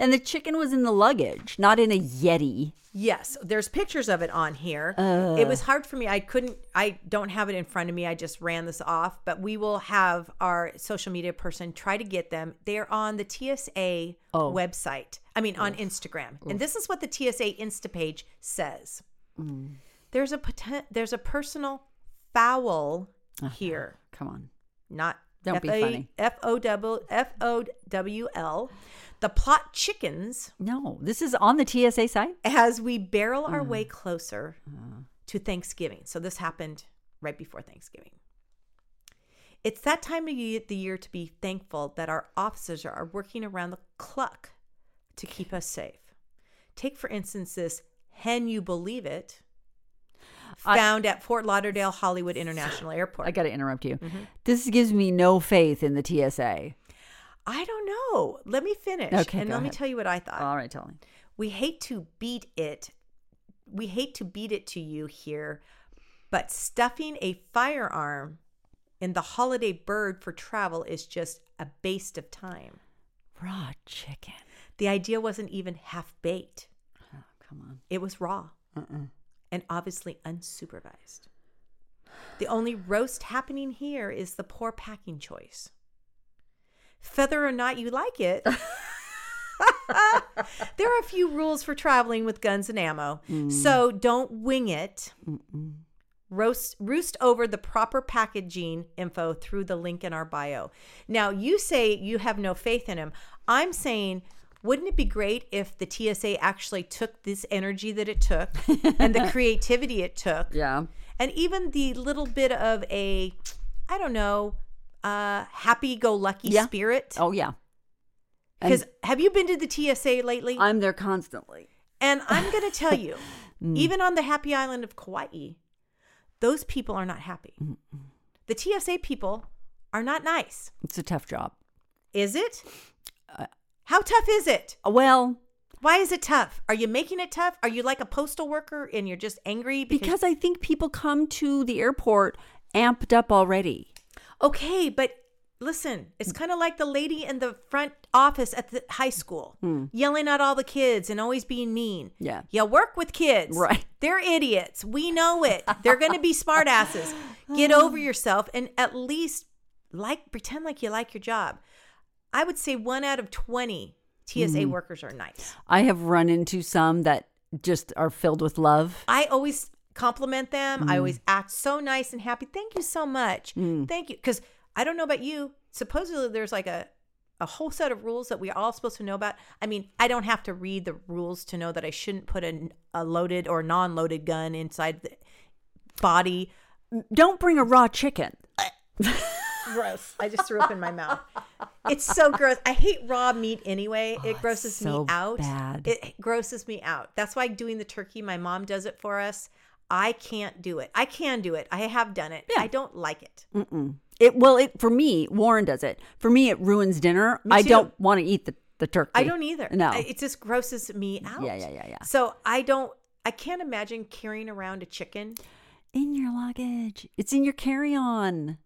S2: And the chicken was in the luggage, not in a Yeti.
S3: Yes, there's pictures of it on here. It
S2: Uh.
S3: was hard for me. I couldn't, I don't have it in front of me. I just ran this off, but we will have our social media person try to get them. They're on the TSA
S2: Oh.
S3: website, I mean, on Instagram. And this is what the TSA Insta page says
S2: Mm.
S3: there's, a poten- there's a personal foul here,
S2: Come on.
S3: not
S2: Uh-huh. Don't be
S3: F A-
S2: funny.
S3: F-O-double- F-O-W-L. The plot chickens
S2: No, this is on the TSA site.
S3: as we barrel our way
S2: Mm.
S3: closer to Thanksgiving. So this happened right before Thanksgiving. It's that time of ye- the year to be thankful that our officers are working around the clock to keep us safe. Take, for instance, this Hen You Believe It,
S2: I-
S3: found at Fort Lauderdale Hollywood International Airport.
S2: I got to interrupt you. This gives me no faith in the TSA.
S3: I don't know. Let me finish.
S2: Okay,
S3: and
S2: go
S3: let me
S2: ahead.
S3: tell you what I thought.
S2: All right, tell me.
S3: we hate to beat it we hate to beat it to you here but stuffing a firearm in the holiday bird for travel is just a waste of time
S2: Raw chicken.
S3: the idea wasn't even half baked
S2: Oh, come on.
S3: it was raw and obviously unsupervised the only roast happening here is the poor packing choice whether or not you like it [laughs] there are a few rules for traveling with guns and ammo so don't wing it roast roost over the proper packaging info through the link in our bio. Now you say you have no faith in him. I'm saying wouldn't it be great if the TSA actually took this energy that
S2: [laughs]
S3: it took and the creativity it took
S2: Yeah.
S3: and even the little bit of a I don't know uh happy go lucky
S2: Yeah.
S3: spirit
S2: Oh, yeah. And-
S3: because have you been to the TSA lately?
S2: I'm there constantly.
S3: And I'm going to tell you, even on the happy island of Kauai, those people are not happy. The TSA people are not nice.
S2: It's a tough job.
S3: Is it? How tough is it?
S2: Well,
S3: Why is it tough? Are you making it tough? Are you like a postal worker and you're just angry
S2: because I think people come to the airport amped up already.
S3: Okay, but listen, it's kind of like the lady in the front office at the high school yelling at all the kids and always being mean.
S2: Yeah.
S3: You work with kids.
S2: Right.
S3: They're idiots. We know it. They're going to be smartasses. Get over
S2: [sighs]
S3: yourself and at least like pretend like you like your job. I would say 1 out of 20 TSA
S2: Mm-hmm.
S3: workers are nice.
S2: I have run into some that just are filled with love.
S3: I always compliment them. I always act so nice and happy. Thank you so much. Thank you. Because I don't know about you. Supposedly there's like a a whole set of rules that we're all supposed to know about. I mean, I don't have to read the rules to know that I shouldn't put a, a loaded or non-loaded gun inside the body.
S2: Don't bring a raw chicken.
S3: Gross. I just threw up in my mouth. It's so gross. I hate raw meat anyway. it grosses
S2: Oh, so
S3: me out.
S2: bad.
S3: It grosses me out. That's why doing the turkey, my mom does it for us. I can't do it. I can do it. I have done it. I don't like it.
S2: It well, it for me, Warren does it. For me, it ruins dinner. I
S3: too.
S2: don't want to eat the, the turkey.
S3: I don't either.
S2: No.
S3: I- It just grosses me out.
S2: Yeah, yeah, yeah, yeah.
S3: So I don't I can't imagine carrying around a chicken.
S2: in your luggage. It's in your carry-on.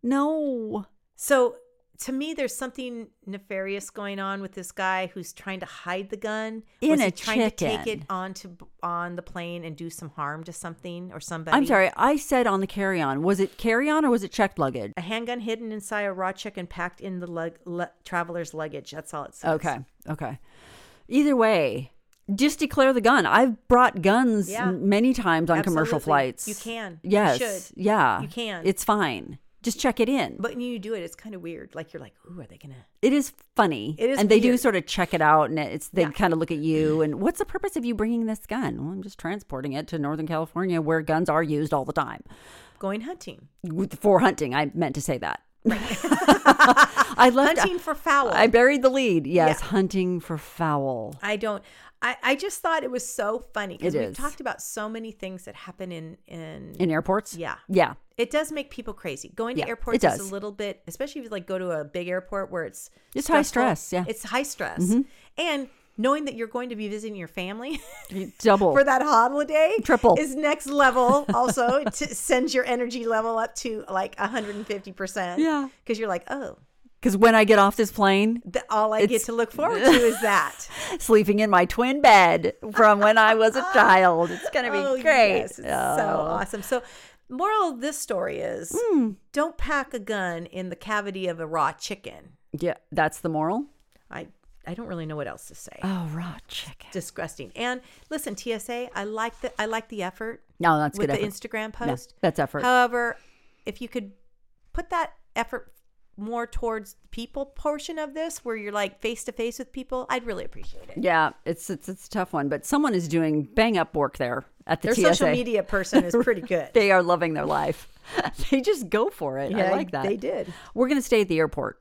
S2: No.
S3: So to me there's something nefarious going on with this guy who's trying to hide the gun.
S2: In
S3: Was
S2: a
S3: he trying to take
S2: chicken.
S3: it onto on the plane and do some harm to something or somebody?
S2: I'm sorry. I said on the carry-on. Was it carry-on or was it checked luggage?
S3: A handgun hidden inside a raw chicken packed in the lug, lu- traveler's luggage. That's all it says.
S2: Okay. Okay. Either way, just declare the gun. I've brought guns
S3: Yeah.
S2: many times on commercial
S3: Absolutely.
S2: flights.
S3: You can. You
S2: Yes.
S3: should.
S2: Yeah.
S3: You can.
S2: It's fine. Just check it in.
S3: But when you do it, it's kind of weird. Like you're like, ooh, are they gonna?
S2: it is funny.
S3: It is
S2: and they do
S3: weird.
S2: sort of check it out, and it's they
S3: Yeah.
S2: kind of look at you and what's the purpose of you bringing this gun? Well, I'm just transporting it to Northern California where guns are used all the time
S3: Going hunting,
S2: With- for hunting. I meant to say that. [laughs]
S3: [laughs]
S2: I left.
S3: hunting for fowl.
S2: I
S3: I,
S2: buried the lead. Yes,
S3: Yeah.
S2: hunting for fowl.
S3: don't. I, I just thought it was so funny because
S2: It
S3: we've
S2: is.
S3: talked about so many things that happen in in.
S2: In airports?
S3: Yeah.
S2: Yeah.
S3: it does make people crazy. Going to
S2: Yeah, it
S3: airports is
S2: does.
S3: a little bit, especially if you like go to a big airport where it's
S2: It's high
S3: stressful.
S2: stress, yeah. Mm-hmm.
S3: it's high stress, and knowing that you're going to be visiting your family [laughs]
S2: Double.
S3: for that holiday
S2: Triple.
S3: is next level also to sends your energy level up to like 150%
S2: Yeah.
S3: because you're like oh
S2: Because when I get off this plane,
S3: the, all i get
S2: It's-
S3: to
S2: [laughs]
S3: look forward to is that
S2: sleeping in my twin bed from when I
S3: [laughs]
S2: was a child, it's going to be
S3: oh,
S2: great. Oh.
S3: yes, it's so awesome so moral of this story is
S2: Hmm.
S3: don't pack a gun in the cavity of a raw chicken
S2: Yeah, that's the moral.
S3: i i don't really know what else to say
S2: Oh, raw chicken.
S3: disgusting and listen tsa i like the i like the effort
S2: No, that's
S3: with
S2: good
S3: the
S2: effort.
S3: instagram
S2: Yeah,
S3: post
S2: that's effort.
S3: However, if you could put that effort more towards the people portion of this, where you're like face to face with people, I'd really appreciate it.
S2: yeah, it's, it's it's a tough one, but someone is doing bang up work there at the
S3: Their
S2: TSA.
S3: social media person is
S2: [laughs]
S3: pretty good.
S2: They are loving their life. [laughs] they just go for it. I like that.
S3: They did.
S2: We're going to stay at the airport.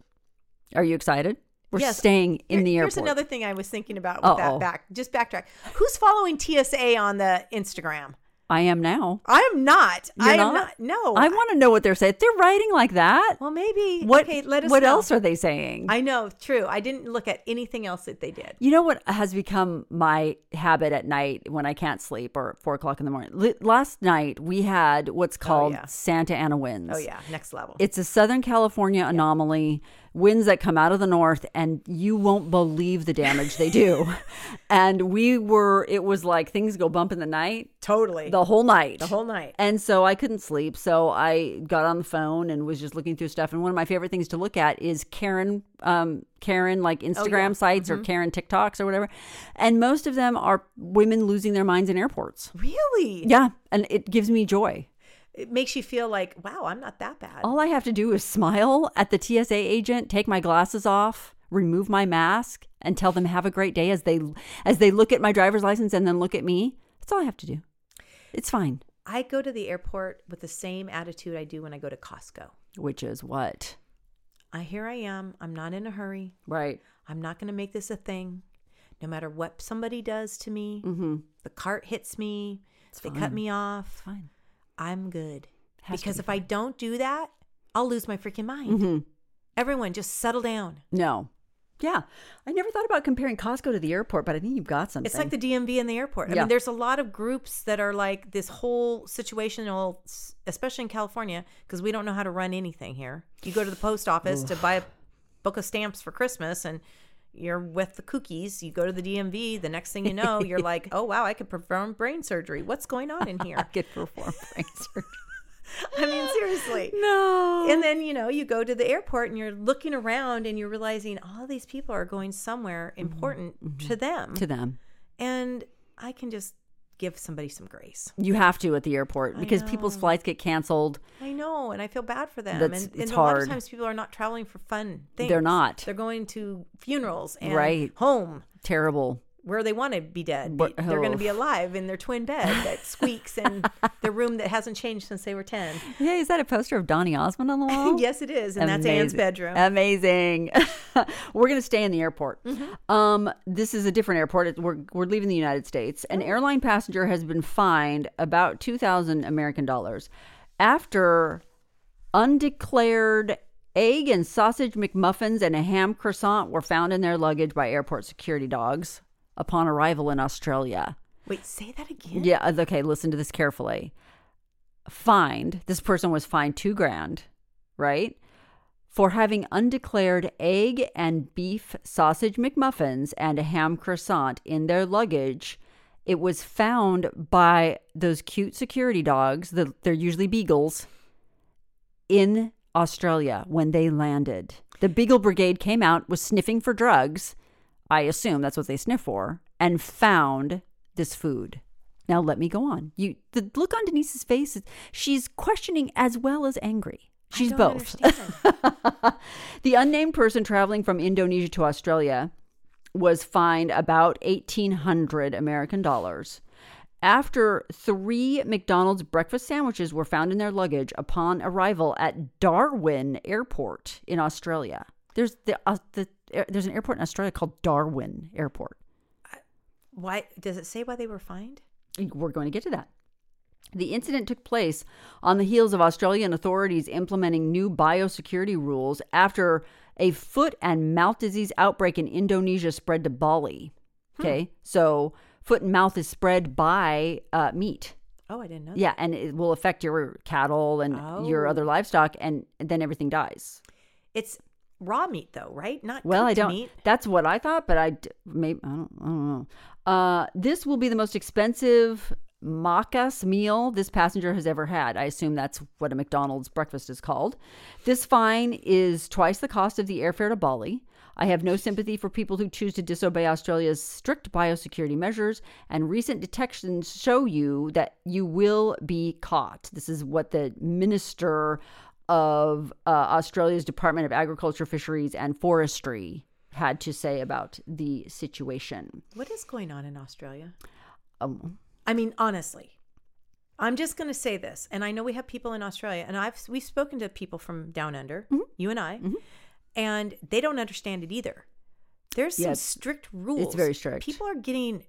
S2: Are you excited? We're
S3: Yes.
S2: staying in
S3: Here-
S2: the airport.
S3: Here's another thing I was thinking about with
S2: Uh-oh.
S3: that back. Just backtrack. Who's following TSA on the Instagram?
S2: I am now.
S3: I am not.
S2: You're
S3: I am
S2: not?
S3: not. No.
S2: I want to know what they're saying. If they're writing like that,
S3: Well, maybe.
S2: what
S3: okay, let us
S2: what
S3: know.
S2: else are they saying?
S3: I know. True. I didn't look at anything else that they did.
S2: you know what has become my habit at night when I can't sleep or at four o'clock in the morning. Li- last night we had what's called
S3: Oh, yeah.
S2: Santa Ana winds.
S3: Oh yeah, next level.
S2: It's a Southern California anomaly, winds that come out of the north, and you won't believe the damage they
S3: [laughs]
S2: do. and we were, it was like things go bump in the night,
S3: totally.
S2: the whole night.
S3: the whole night.
S2: And so I couldn't sleep. So I got on the phone and was just looking through stuff. And one of my favorite things to look at is Karen, um, Karen
S3: Oh,
S2: like Instagram sites
S3: Mm-hmm.
S2: or Karen TikToks or whatever. And most of them are women losing their minds in airports.
S3: Really?
S2: Yeah. And it gives me joy.
S3: it makes you feel like, wow, I'm not that bad.
S2: All I have to do is smile at the TSA agent, take my glasses off, remove my mask, and tell them have a great day as they as they look at my driver's license and then look at me. That's all I have to do. It's fine.
S3: I go to the airport with the same attitude I do when I go to Costco.
S2: Which is what?
S3: I here I am. I'm not in a hurry.
S2: Right.
S3: I'm not going to make this a thing. No matter what somebody does to me,
S2: Mm-hmm.
S3: the cart hits me, they cut
S2: fine.
S3: me
S2: It's
S3: off,
S2: fine.
S3: I'm good.
S2: Has to
S3: because
S2: be
S3: if I don't do that, I'll lose my freaking mind.
S2: Mm-hmm.
S3: Everyone just settle down.
S2: No. Yeah. I never thought about comparing Costco to the airport, but I think you've got something.
S3: It's like
S2: [laughs]
S3: the DMV and the airport. I
S2: Yeah.
S3: mean, there's a lot of groups that are like this whole situational, s- especially in California, because we don't know how to run anything here. You go to the post office to buy a book of stamps for Christmas and you're with the cookies. You go to the DMV. The next thing you know, you're
S2: [laughs]
S3: like, oh, wow, I could perform brain surgery. What's going on in
S2: I
S3: here?
S2: could [laughs] perform brain surgery. [laughs]
S3: I mean, seriously.
S2: No.
S3: And then, you know, you go to the airport and you're looking around and you're realizing all these people are going somewhere
S2: Mm-hmm.
S3: important to them.
S2: to them.
S3: and I can just give somebody some grace.
S2: You have to at the airport because people's flights get canceled.
S3: I know, and I feel bad for them.
S2: That's-
S3: and
S2: it's
S3: and a lot
S2: hard.
S3: of times people are not traveling for fun things.
S2: They're not.
S3: They're going to funerals and
S2: Right.
S3: home
S2: Terrible.
S3: where they want to be dead.
S2: But-
S3: But, They're going
S2: oh.
S3: to be alive in their twin bed
S2: [laughs]
S3: that squeaks and their room that hasn't changed since they were 10.
S2: Yeah, is that a poster of Donny Osmond on the [laughs] wall?
S3: [laughs] yes, it is. And that's Anne's
S2: Amazing. Uh,
S3: bedroom.
S2: Amazing. [laughs] we're going to stay in the airport.
S3: Mm-hmm.
S2: Um, this is a different airport. It- We're, we're leaving the United States. An
S3: Mm-hmm.
S2: airline passenger has been fined about 2,000 American dollars after undeclared egg and sausage McMuffins and a ham croissant were found in their luggage by airport security dogs upon arrival in Australia.
S3: Wait, say that again?
S2: Yeah. uh, Okay. Listen to this carefully. Fined. This person was fined two grand, right? For having undeclared egg and beef sausage McMuffins and a ham croissant in their luggage. It was found by those cute security dogs, the, they're usually beagles, in Australia when they landed. The Beagle Brigade came out, was sniffing for drugs. I assume that's what they sniff for, and found this food. Now let me go on. You, the look on Denise's face, is she's questioning as well as angry.
S3: I
S2: She's
S3: don't
S2: both.
S3: understand.
S2: [laughs] the unnamed person traveling from Indonesia to Australia was fined about 1800 American dollars after 3 McDonald's breakfast sandwiches were found in their luggage upon arrival at Darwin Airport in Australia. There's the, uh, the uh, there's an airport in Australia called Darwin Airport.
S3: why does it say why they were fined?
S2: We're going to get to that. The incident took place on the heels of Australian authorities implementing new biosecurity rules after a foot and mouth disease outbreak in Indonesia spread to Bali.
S3: Hmm.
S2: Okay. So foot and mouth is spread by uh, meat.
S3: Oh, I didn't know.
S2: Yeah. And it will affect your cattle and
S3: Oh.
S2: your other livestock, and then everything dies.
S3: That. It's raw meat though, right? Not
S2: Well, I
S3: cooked
S2: don't.
S3: meat.
S2: That's what I thought, but I d- maybe I don't. I don't know. Uh, this will be the most expensive macas meal this passenger has ever had. I assume that's what a McDonald's breakfast is called. This fine is twice the cost of the airfare to Bali. I have no sympathy for people who choose to disobey Australia's strict biosecurity measures, and recent detections show you that you will be caught. This is what the minister of uh, Australia's Department of Agriculture, Fisheries, and Forestry had to say about the situation.
S3: What is going on in Australia?
S2: Um,
S3: I mean, honestly, I'm just going to say this, and I know we have people in Australia, and I've we've spoken to people from down under,
S2: Mm-hmm.
S3: you and I, and they don't understand it either. There's some
S2: Yeah, it's-
S3: strict rules.
S2: very strict.
S3: People are getting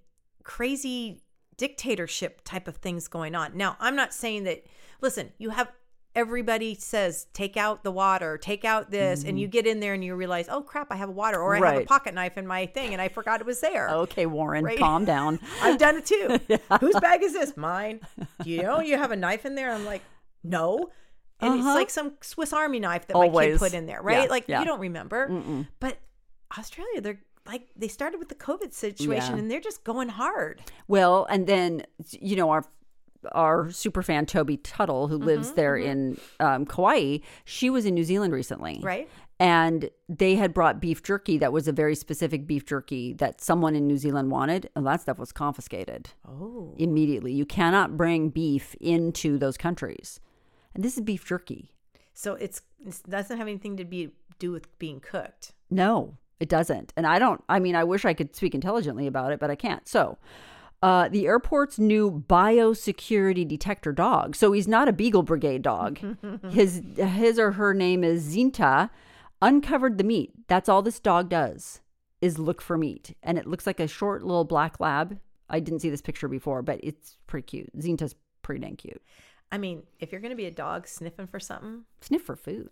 S3: crazy dictatorship type of things going on. Now, I'm not saying that. Listen, you have everybody says take out the water, take out this, and you get in there and you realize, oh crap, I have a water, or I have a
S2: Mm-hmm. Right. Oh,
S3: pocket knife in my thing, and I forgot it was there.
S2: okay, Warren,
S3: Right.
S2: calm [laughs] down.
S3: I've done it too. Whose bag is this? Mine. You know, you have a knife in there. I'm like, no. And it's like some Swiss Army knife that my kid
S2: Uh-huh. Always.
S3: put in there, right?
S2: Yeah,
S3: like
S2: yeah.
S3: you don't remember. But Australia, they're like they started with the COVID situation
S2: Yeah.
S3: and they're just going hard.
S2: Well, and then you know our our super fan Toby Tuttle, who lives there in um, Kauai, she was in New Zealand recently,
S3: Right.
S2: And they had brought beef jerky that was a very specific beef jerky that someone in New Zealand wanted, and that stuff was confiscated
S3: Oh.
S2: immediately. You cannot bring beef into those countries, and this is beef jerky.
S3: So it's it doesn't have anything to be do with being cooked.
S2: No, it doesn't. And I don't, I mean, I wish I could speak intelligently about it, but I can't. So, uh, the airport's new biosecurity detector dog. So he's not a Beagle Brigade dog. his his or her name is Zinta. Uncovered the meat. That's all this dog does is look for meat, and it looks like a short little black lab. I didn't see this picture before, but it's pretty cute. Zinta's pretty dang cute.
S3: I mean, if you're gonna be a dog sniffing for something,
S2: Sniff for food.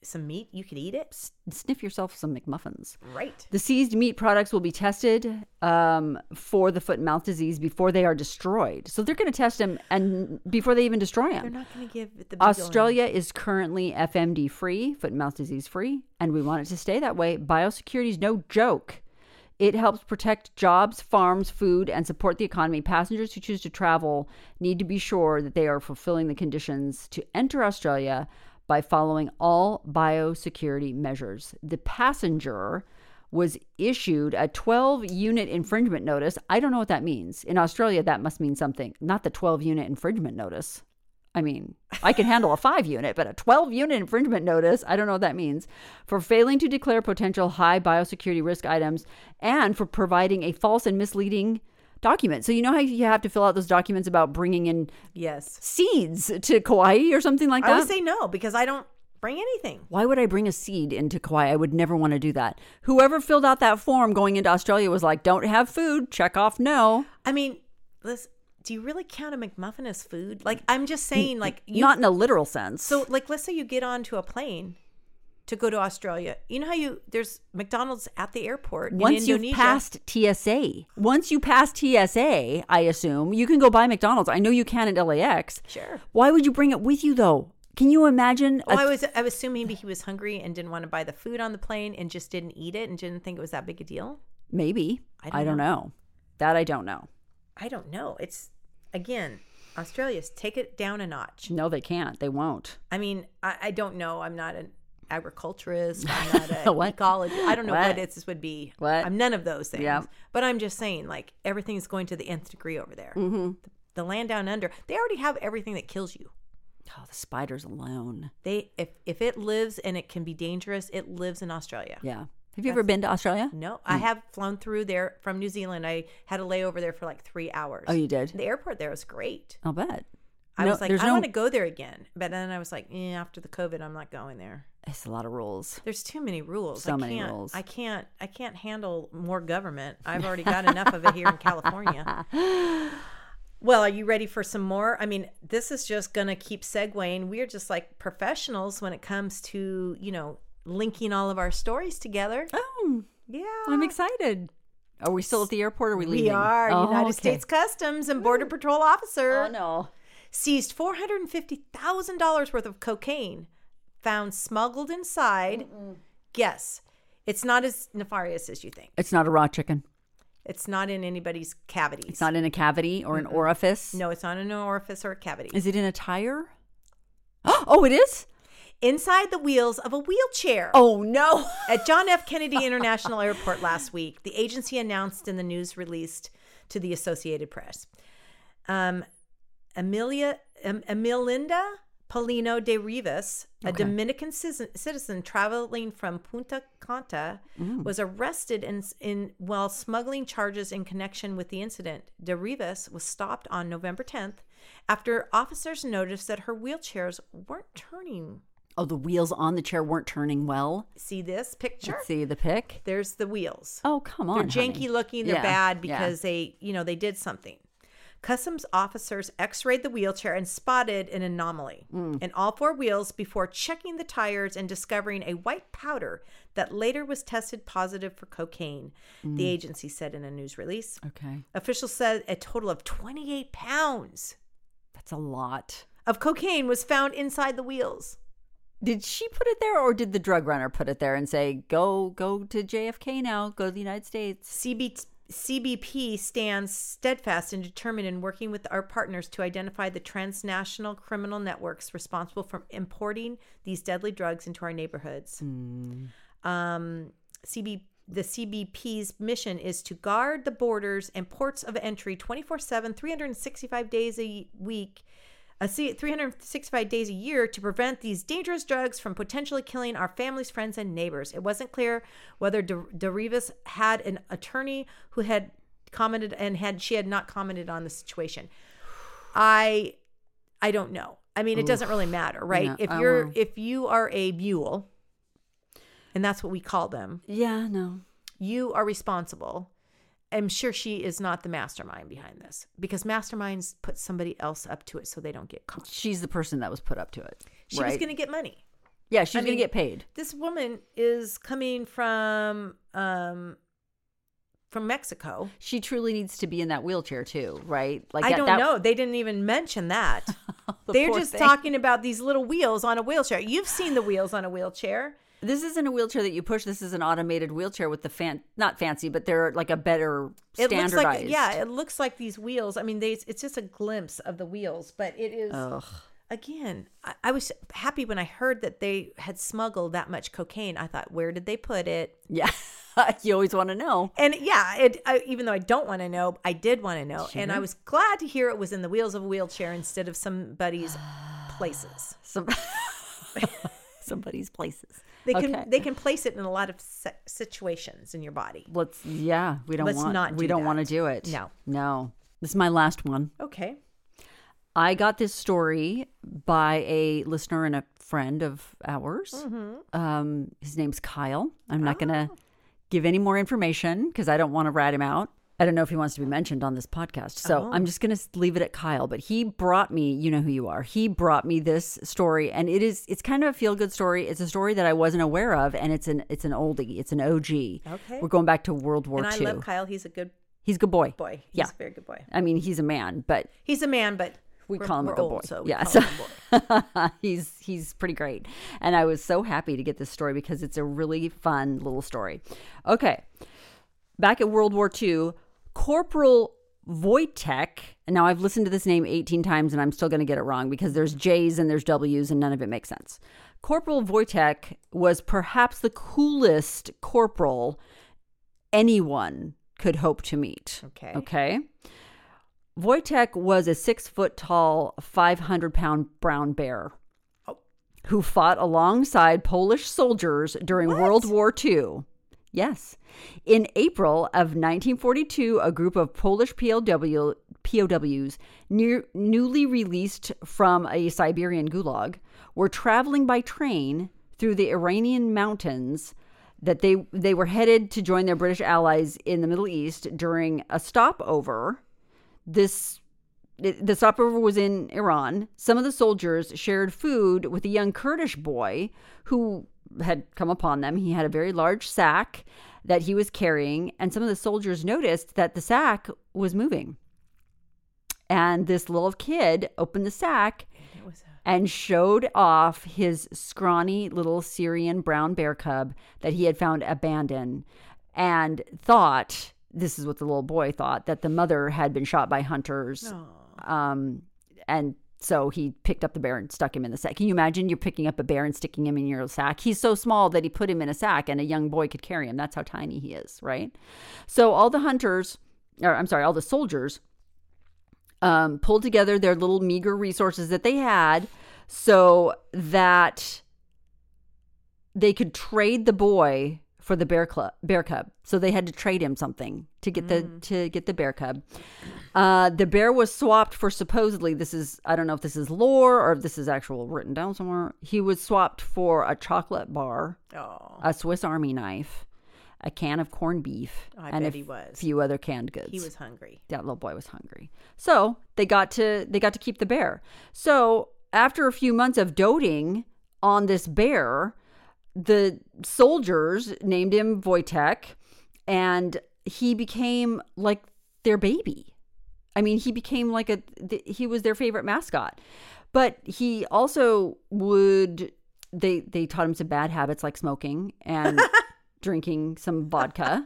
S3: some meat, you could eat it.
S2: Sniff yourself some McMuffins.
S3: Right.
S2: The seized meat products will be tested um, for the foot and mouth disease before they are destroyed. So they're going to test them and before they even destroy
S3: They're
S2: them.
S3: not gonna give it the beagle any-
S2: Australia is currently FMD free, foot and mouth disease free, and we want it to stay that way. Biosecurity is no joke. It helps protect jobs, farms, food, and support the economy. Passengers who choose to travel need to be sure that they are fulfilling the conditions to enter Australia by following all biosecurity measures. The passenger was issued a 12 unit infringement notice. I don't know what that means. In Australia, that must mean something, not the 12 unit infringement notice. I mean, I can handle a five unit, but a 12 unit infringement notice, I don't know what that means, for failing to declare potential high biosecurity risk items and for providing a false and misleading document. So, you know how you have to fill out those documents about bringing in
S3: Yes.
S2: seeds to Kauai or something like that?
S3: I would say no because I don't bring anything.
S2: Why would I bring a seed into Kauai? I would never want to do that. Whoever filled out that form going into Australia was like, don't have food, check off no.
S3: I mean, listen, do you really count a McMuffin as food? Like, I'm just saying, like, you,
S2: Not in a literal sense.
S3: so, like, let's say you get onto a plane to go to Australia. You know how you, there's McDonald's at the airport. in
S2: once you've
S3: Indonesia.
S2: passed TSA, once you pass TSA, I assume you can go buy McDonald's. I know you can at LAX.
S3: Sure.
S2: Why would you bring it with you though? Can you imagine?
S3: Oh,
S2: a-
S3: I was, I was assuming maybe he was hungry and didn't want to buy the food on the plane and just didn't eat it and didn't think it was that big a deal.
S2: maybe. I don't, know. That I don't know.
S3: I don't know. It's, again, Australia's take it down a notch.
S2: No, they can't. They won't.
S3: I mean, I, I don't know. I'm not an agriculturist.
S2: [laughs]
S3: I'm not an
S2: What?
S3: ecologist. I don't know what,
S2: What?
S3: it would be.
S2: What?
S3: I'm none of those things.
S2: Yeah.
S3: But I'm just saying, like, everything's going to the nth degree over there.
S2: Mm-hmm.
S3: The, the land down under, they already have everything that kills you.
S2: Oh, the spiders alone.
S3: They, if, if it lives and it can be dangerous, it lives in Australia.
S2: Yeah. Mm. Have you ever been to Australia?
S3: No, I have flown through there from New Zealand. I had a layover there for like three hours.
S2: Oh, you did.
S3: the airport there was great.
S2: I'll bet.
S3: I
S2: No,
S3: was like,
S2: there's
S3: I
S2: no-
S3: want to go there again. But then I was like, eh, after the COVID, I'm not going there.
S2: It's a lot of rules.
S3: There's too many rules.
S2: So
S3: I
S2: many
S3: can't,
S2: rules.
S3: I can't. I can't handle more government. I've already got enough of
S2: [laughs]
S3: it here in California. Well, are you ready for some more? I mean, this is just gonna keep segueing. We're just like professionals when it comes to you know linking all of our stories together.
S2: Oh,
S3: Yeah,
S2: I'm excited. Are we still at the airport? Or are we leaving?
S3: We are
S2: Oh,
S3: United
S2: okay.
S3: States Customs and Border Patrol officer
S2: Oh no.
S3: seized four hundred and fifty thousand dollars worth of cocaine found smuggled inside. Yes, it's not as nefarious as you think.
S2: It's not a raw chicken.
S3: It's not in anybody's cavities.
S2: It's not in a cavity or an orifice.
S3: no, it's not in an orifice or a cavity.
S2: Is it in a tire? [gasps] Oh, it is.
S3: inside the wheels of a wheelchair.
S2: Oh no. [laughs]
S3: At John F. Kennedy International Airport last week, the agency announced in the news released to the Associated Press. Um, Amelia, um, Amelinda Polino de Rivas, a Dominican citizen, citizen traveling from Punta Cana,
S2: Mm.
S3: was arrested in, in while smuggling charges in connection with the incident. De Rivas was stopped on November 10th after officers noticed that her wheelchairs weren't turning.
S2: Oh, the wheels on the chair weren't turning well.
S3: See this picture?
S2: Let's see the pic.
S3: There's the wheels.
S2: Oh come on.
S3: They're janky
S2: honey.
S3: looking. They're
S2: Yeah,
S3: bad
S2: yeah.
S3: because they, you know, they did something. Customs officers x-rayed the wheelchair and spotted an anomaly
S2: Mm.
S3: in all four wheels before checking the tires and discovering a white powder that later was tested positive for cocaine, the
S2: Mm.
S3: agency said in a news release.
S2: Okay,
S3: Officials said a total of 28 pounds
S2: that's a lot.
S3: of cocaine was found inside the wheels.
S2: Did she put it there, or did the drug runner put it there and say, "Go, go to JFK now. Go to the United States."
S3: CB- CBP stands steadfast and determined in working with our partners to identify the transnational criminal networks responsible for importing these deadly drugs into our neighborhoods. Um, CB, the CBP's mission is to guard the borders and ports of entry 24 7, 365 days a week. uh, see- 365 days a year to prevent these dangerous drugs from potentially killing our families, friends, and neighbors. It wasn't clear whether De- DeRivas had an attorney who had commented and had she had not commented on the situation. I I don't know. I mean, it doesn't really matter, right?
S2: Yeah,
S3: if
S2: I
S3: you're
S2: will.
S3: if you are a mule, and that's what we call them,
S2: Yeah, no.
S3: you are responsible. I'm sure she is not the mastermind behind this because masterminds put somebody else up to it so they don't get caught.
S2: She's the person that was put up to it.
S3: She was
S2: right?
S3: going to get money.
S2: Yeah, she's
S3: I
S2: gonna
S3: mean-
S2: get paid.
S3: This woman is coming from um from Mexico.
S2: She truly needs to be in that wheelchair too, right? Like
S3: I
S2: that-
S3: don't
S2: that-
S3: know. They didn't even mention that.
S2: [laughs] the
S3: They're
S2: poor
S3: just
S2: thing.
S3: talking about these little wheels on a wheelchair. You've seen the wheels on a wheelchair.
S2: This isn't a wheelchair that you push. This is an automated wheelchair with the fan, not fancy, but they're like a better
S3: It
S2: standardized.
S3: looks like yeah, it looks like these wheels. I mean, they it's just a glimpse of the wheels, but it is
S2: Ugh.
S3: again. I, I was happy when I heard that they had smuggled that much cocaine. I thought, where did they put it?
S2: Yeah. [laughs] you always want to know.
S3: And yeah, it, I, even though I don't want to know, I did want to know, and I
S2: Sure.
S3: was glad to hear it was in the wheels of a wheelchair instead of somebody's
S2: [sighs]
S3: places.
S2: Some [laughs] somebody's places.
S3: They can
S2: Okay.
S3: they can place it in a lot of si- situations in your body.
S2: Let's yeah, we don't
S3: Let's
S2: want
S3: not
S2: we
S3: do
S2: don't want to
S3: that.
S2: do it.
S3: No.
S2: No. This is my last one.
S3: Okay.
S2: I got this story by a listener and a friend of ours.
S3: Mm-hmm.
S2: Um, his name's Kyle. I'm not going
S3: Oh.
S2: to give any more information because I don't want to rat him out. I don't know if he wants to be mentioned on this podcast. So
S3: Oh.
S2: I'm just going to leave it at Kyle. But he brought me, you know who you are. He brought me this story, and it is it's kind of a feel good story. It's a story that I wasn't aware of, and it's an it's an oldie. It's an OG.
S3: Okay.
S2: we're going back to World War
S3: and I
S2: II.
S3: love Kyle. He's a good
S2: He's a good boy.
S3: boy. He's
S2: Yeah.
S3: a very good boy.
S2: I mean, he's a man, but
S3: He's a man, but
S2: we
S3: we're-
S2: call him a
S3: we're
S2: good
S3: old,
S2: boy.
S3: So we
S2: yeah,
S3: call
S2: so [laughs]
S3: him a boy.
S2: he's he's pretty great, and I was so happy to get this story because it's a really fun little story. Okay, back at World War II, Corporal Wojtek. And now I've listened to this name 18 times, and I'm still going to get it wrong because there's J's and there's W's, and none of it makes sense. Corporal Wojtek was perhaps the coolest corporal anyone could hope to meet.
S3: Okay.
S2: Okay. Wojtek was a six foot tall, 500 pound brown bear who fought alongside Polish soldiers during World War II. Yes. In April of 1942, a group of Polish POW, POWs, near, newly released from a Siberian gulag, were traveling by train through the Iranian mountains that they, they were headed to join their British allies in the Middle East during a stopover. This it- the stopover was in Iran. Some of the soldiers shared food with a young Kurdish boy who had come upon them. He had a very large sack. that he was carrying, and some of the soldiers noticed that the sack was moving. And this little kid opened the sack
S3: It was a
S2: and showed off his scrawny little Syrian brown bear cub that he had found abandoned and thought this is what the little boy thought that the mother had been shot by hunters. Um, and so he picked up the bear and stuck him in the sack. Can you imagine you're picking up a bear and sticking him in your sack? He's so small that he put him in a sack and a young boy could carry him. That's how tiny he is, right? So all the hunters, or I'm sorry, all the soldiers um, pulled together their little meager resources that they had so that they could trade the boy for the bear club bear cub so they had to trade him something to get the to get the bear cub uh, the bear was swapped for supposedly this is i don't know if this is lore or if this is actual written down somewhere he was swapped for a chocolate bar
S3: Oh,
S2: a swiss army knife a can of corned beef
S3: I
S2: and
S3: bet
S2: a
S3: he was.
S2: few other canned goods
S3: he was hungry.
S2: that little boy was hungry. So they got to they got to keep the bear. So after a few months of doting on this bear, the soldiers named him Wojtek, and he became like their baby. I mean, he became like a th- he was their favorite mascot. But he also would they they taught him some bad habits like smoking and drinking some vodka.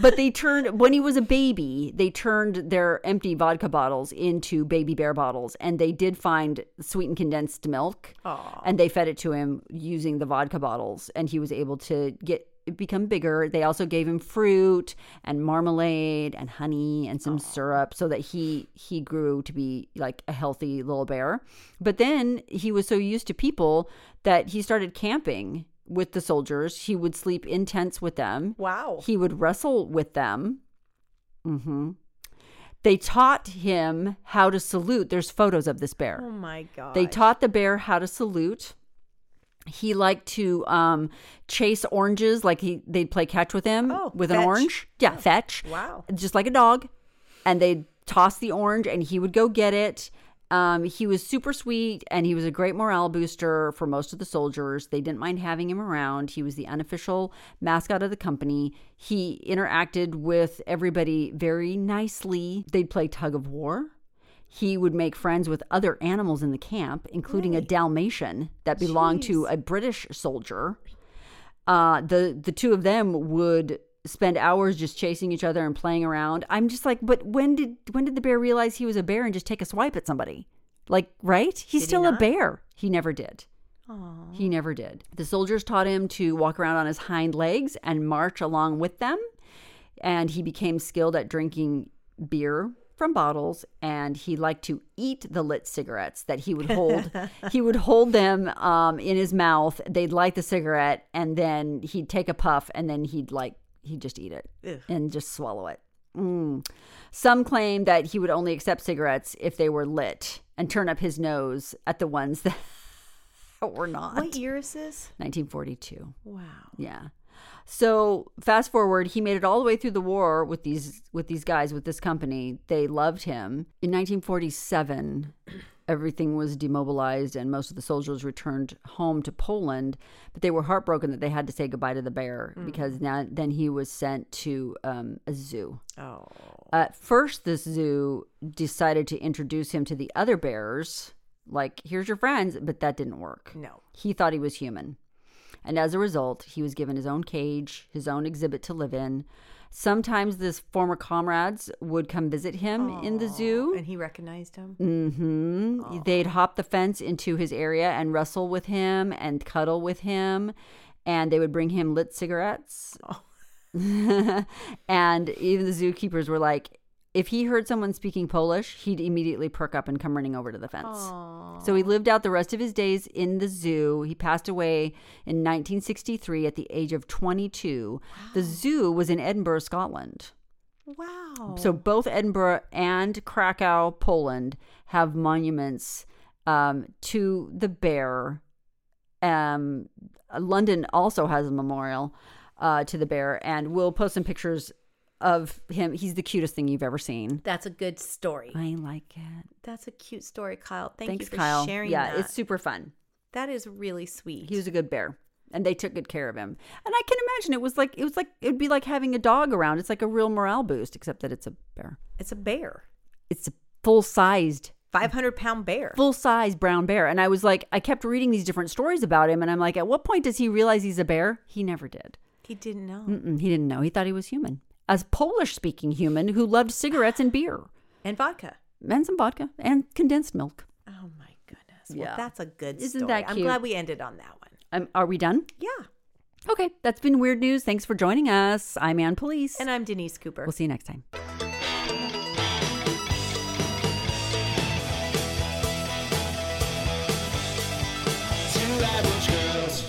S2: but they turned when he was a baby, they turned their empty vodka bottles into baby bear bottles and they did find sweetened condensed milk and they fed it to him using the vodka bottles and he was able to get become bigger. They also gave him fruit and marmalade and honey and some syrup so that he he grew to be like a healthy little bear. But then he was so used to people that he started camping with the soldiers. He would sleep in tents with them.
S3: Wow.
S2: He would wrestle with them. hmm They taught him how to salute. There's photos of this bear.
S3: oh my god.
S2: They taught the bear how to salute. He liked to um, chase oranges, like he they'd play catch with him
S3: Oh,
S2: with an
S3: fetch. Oh.
S2: orange. Yeah, fetch.
S3: Wow.
S2: Just like a dog. And they'd toss the orange and he would go get it. Um, he was super sweet and he was a great morale booster for most of the soldiers. They didn't mind having him around. He was the unofficial mascot of the company. He interacted with everybody very nicely. They'd play tug of war. He would make friends with other animals in the camp, including a Dalmatian that belonged to a British soldier. Uh, the the two of them would spend hours just chasing each other and playing around. I'm just like, but when did when did the bear realize he was a bear and just take a swipe at somebody? Like, right? He's still a bear. He never did. He never did. The soldiers taught him to walk around on his hind legs and march along with them. And he became skilled at drinking beer from bottles and he liked to eat the lit cigarettes that he would hold he would hold them um, in his mouth they'd light the cigarette and then he'd take a puff and then he'd like he'd just eat it
S3: Ugh.
S2: and just swallow it Mm. Some claim that he would only accept cigarettes if they were lit and turn up his nose at the ones [laughs] that were not.
S3: What year is this?
S2: 1942.
S3: Wow.
S2: Yeah. So fast forward, he made it all the way through the war with these with these guys with this company. They loved him. In 1947, everything was demobilized and most of the soldiers returned home to Poland, but they were heartbroken that they had to say goodbye to the bear because now then he was sent to um, a zoo.
S3: Oh.
S2: At first, the zoo decided to introduce him to the other bears, like, here's your friends, but that didn't work.
S3: No.
S2: He thought he was human. And as a result, he was given his own cage, his own exhibit to live in. Sometimes his former comrades would come visit him in the zoo.
S3: And he recognized him.
S2: hmm They'd hop the fence into his area and wrestle with him and cuddle with him. And they would bring him lit cigarettes. and even the zookeepers were like, if he heard someone speaking Polish, he'd immediately perk up and come running over to the fence. So he lived out the rest of his days in the zoo. He passed away in 1963 at the age of 22. The zoo was in Edinburgh, Scotland.
S3: Wow.
S2: So both Edinburgh and Krakow, Poland, have monuments um, to the bear. Um, London also has a memorial uh, to the bear, and we'll post some pictures of him. He's the cutest thing you've ever seen.
S3: that's a good story.
S2: I like it.
S3: That's a cute story, Kyle. Thank
S2: Thanks,
S3: you for
S2: Kyle.
S3: sharing
S2: yeah,
S3: that.
S2: it's super fun.
S3: that is really sweet.
S2: He was a good bear. and they took good care of him. And I can imagine it was like it was like it would be like having a dog around. It's like a real morale boost, except that it's a bear.
S3: It's a bear,
S2: It's a full sized
S3: 500 pound bear.
S2: full size brown bear. And I was like, I kept reading these different stories about him, and I'm like, at what point does he realize he's a bear? He never did.
S3: He didn't know.
S2: Mm-mm, he didn't know. He thought he was human, a Polish speaking human who loved cigarettes and beer
S3: And vodka.
S2: and some vodka and condensed milk.
S3: Oh my goodness.
S2: Yeah.
S3: Well, that's a good
S2: Isn't
S3: story.
S2: that
S3: I'm
S2: cute?
S3: glad we ended on that one.
S2: Um, are we done?
S3: Yeah.
S2: Okay, that's been weird news. Thanks for joining us. I'm Ann Police,
S3: And I'm Denise Cooper.
S2: we'll see you next time.
S1: Two average girls.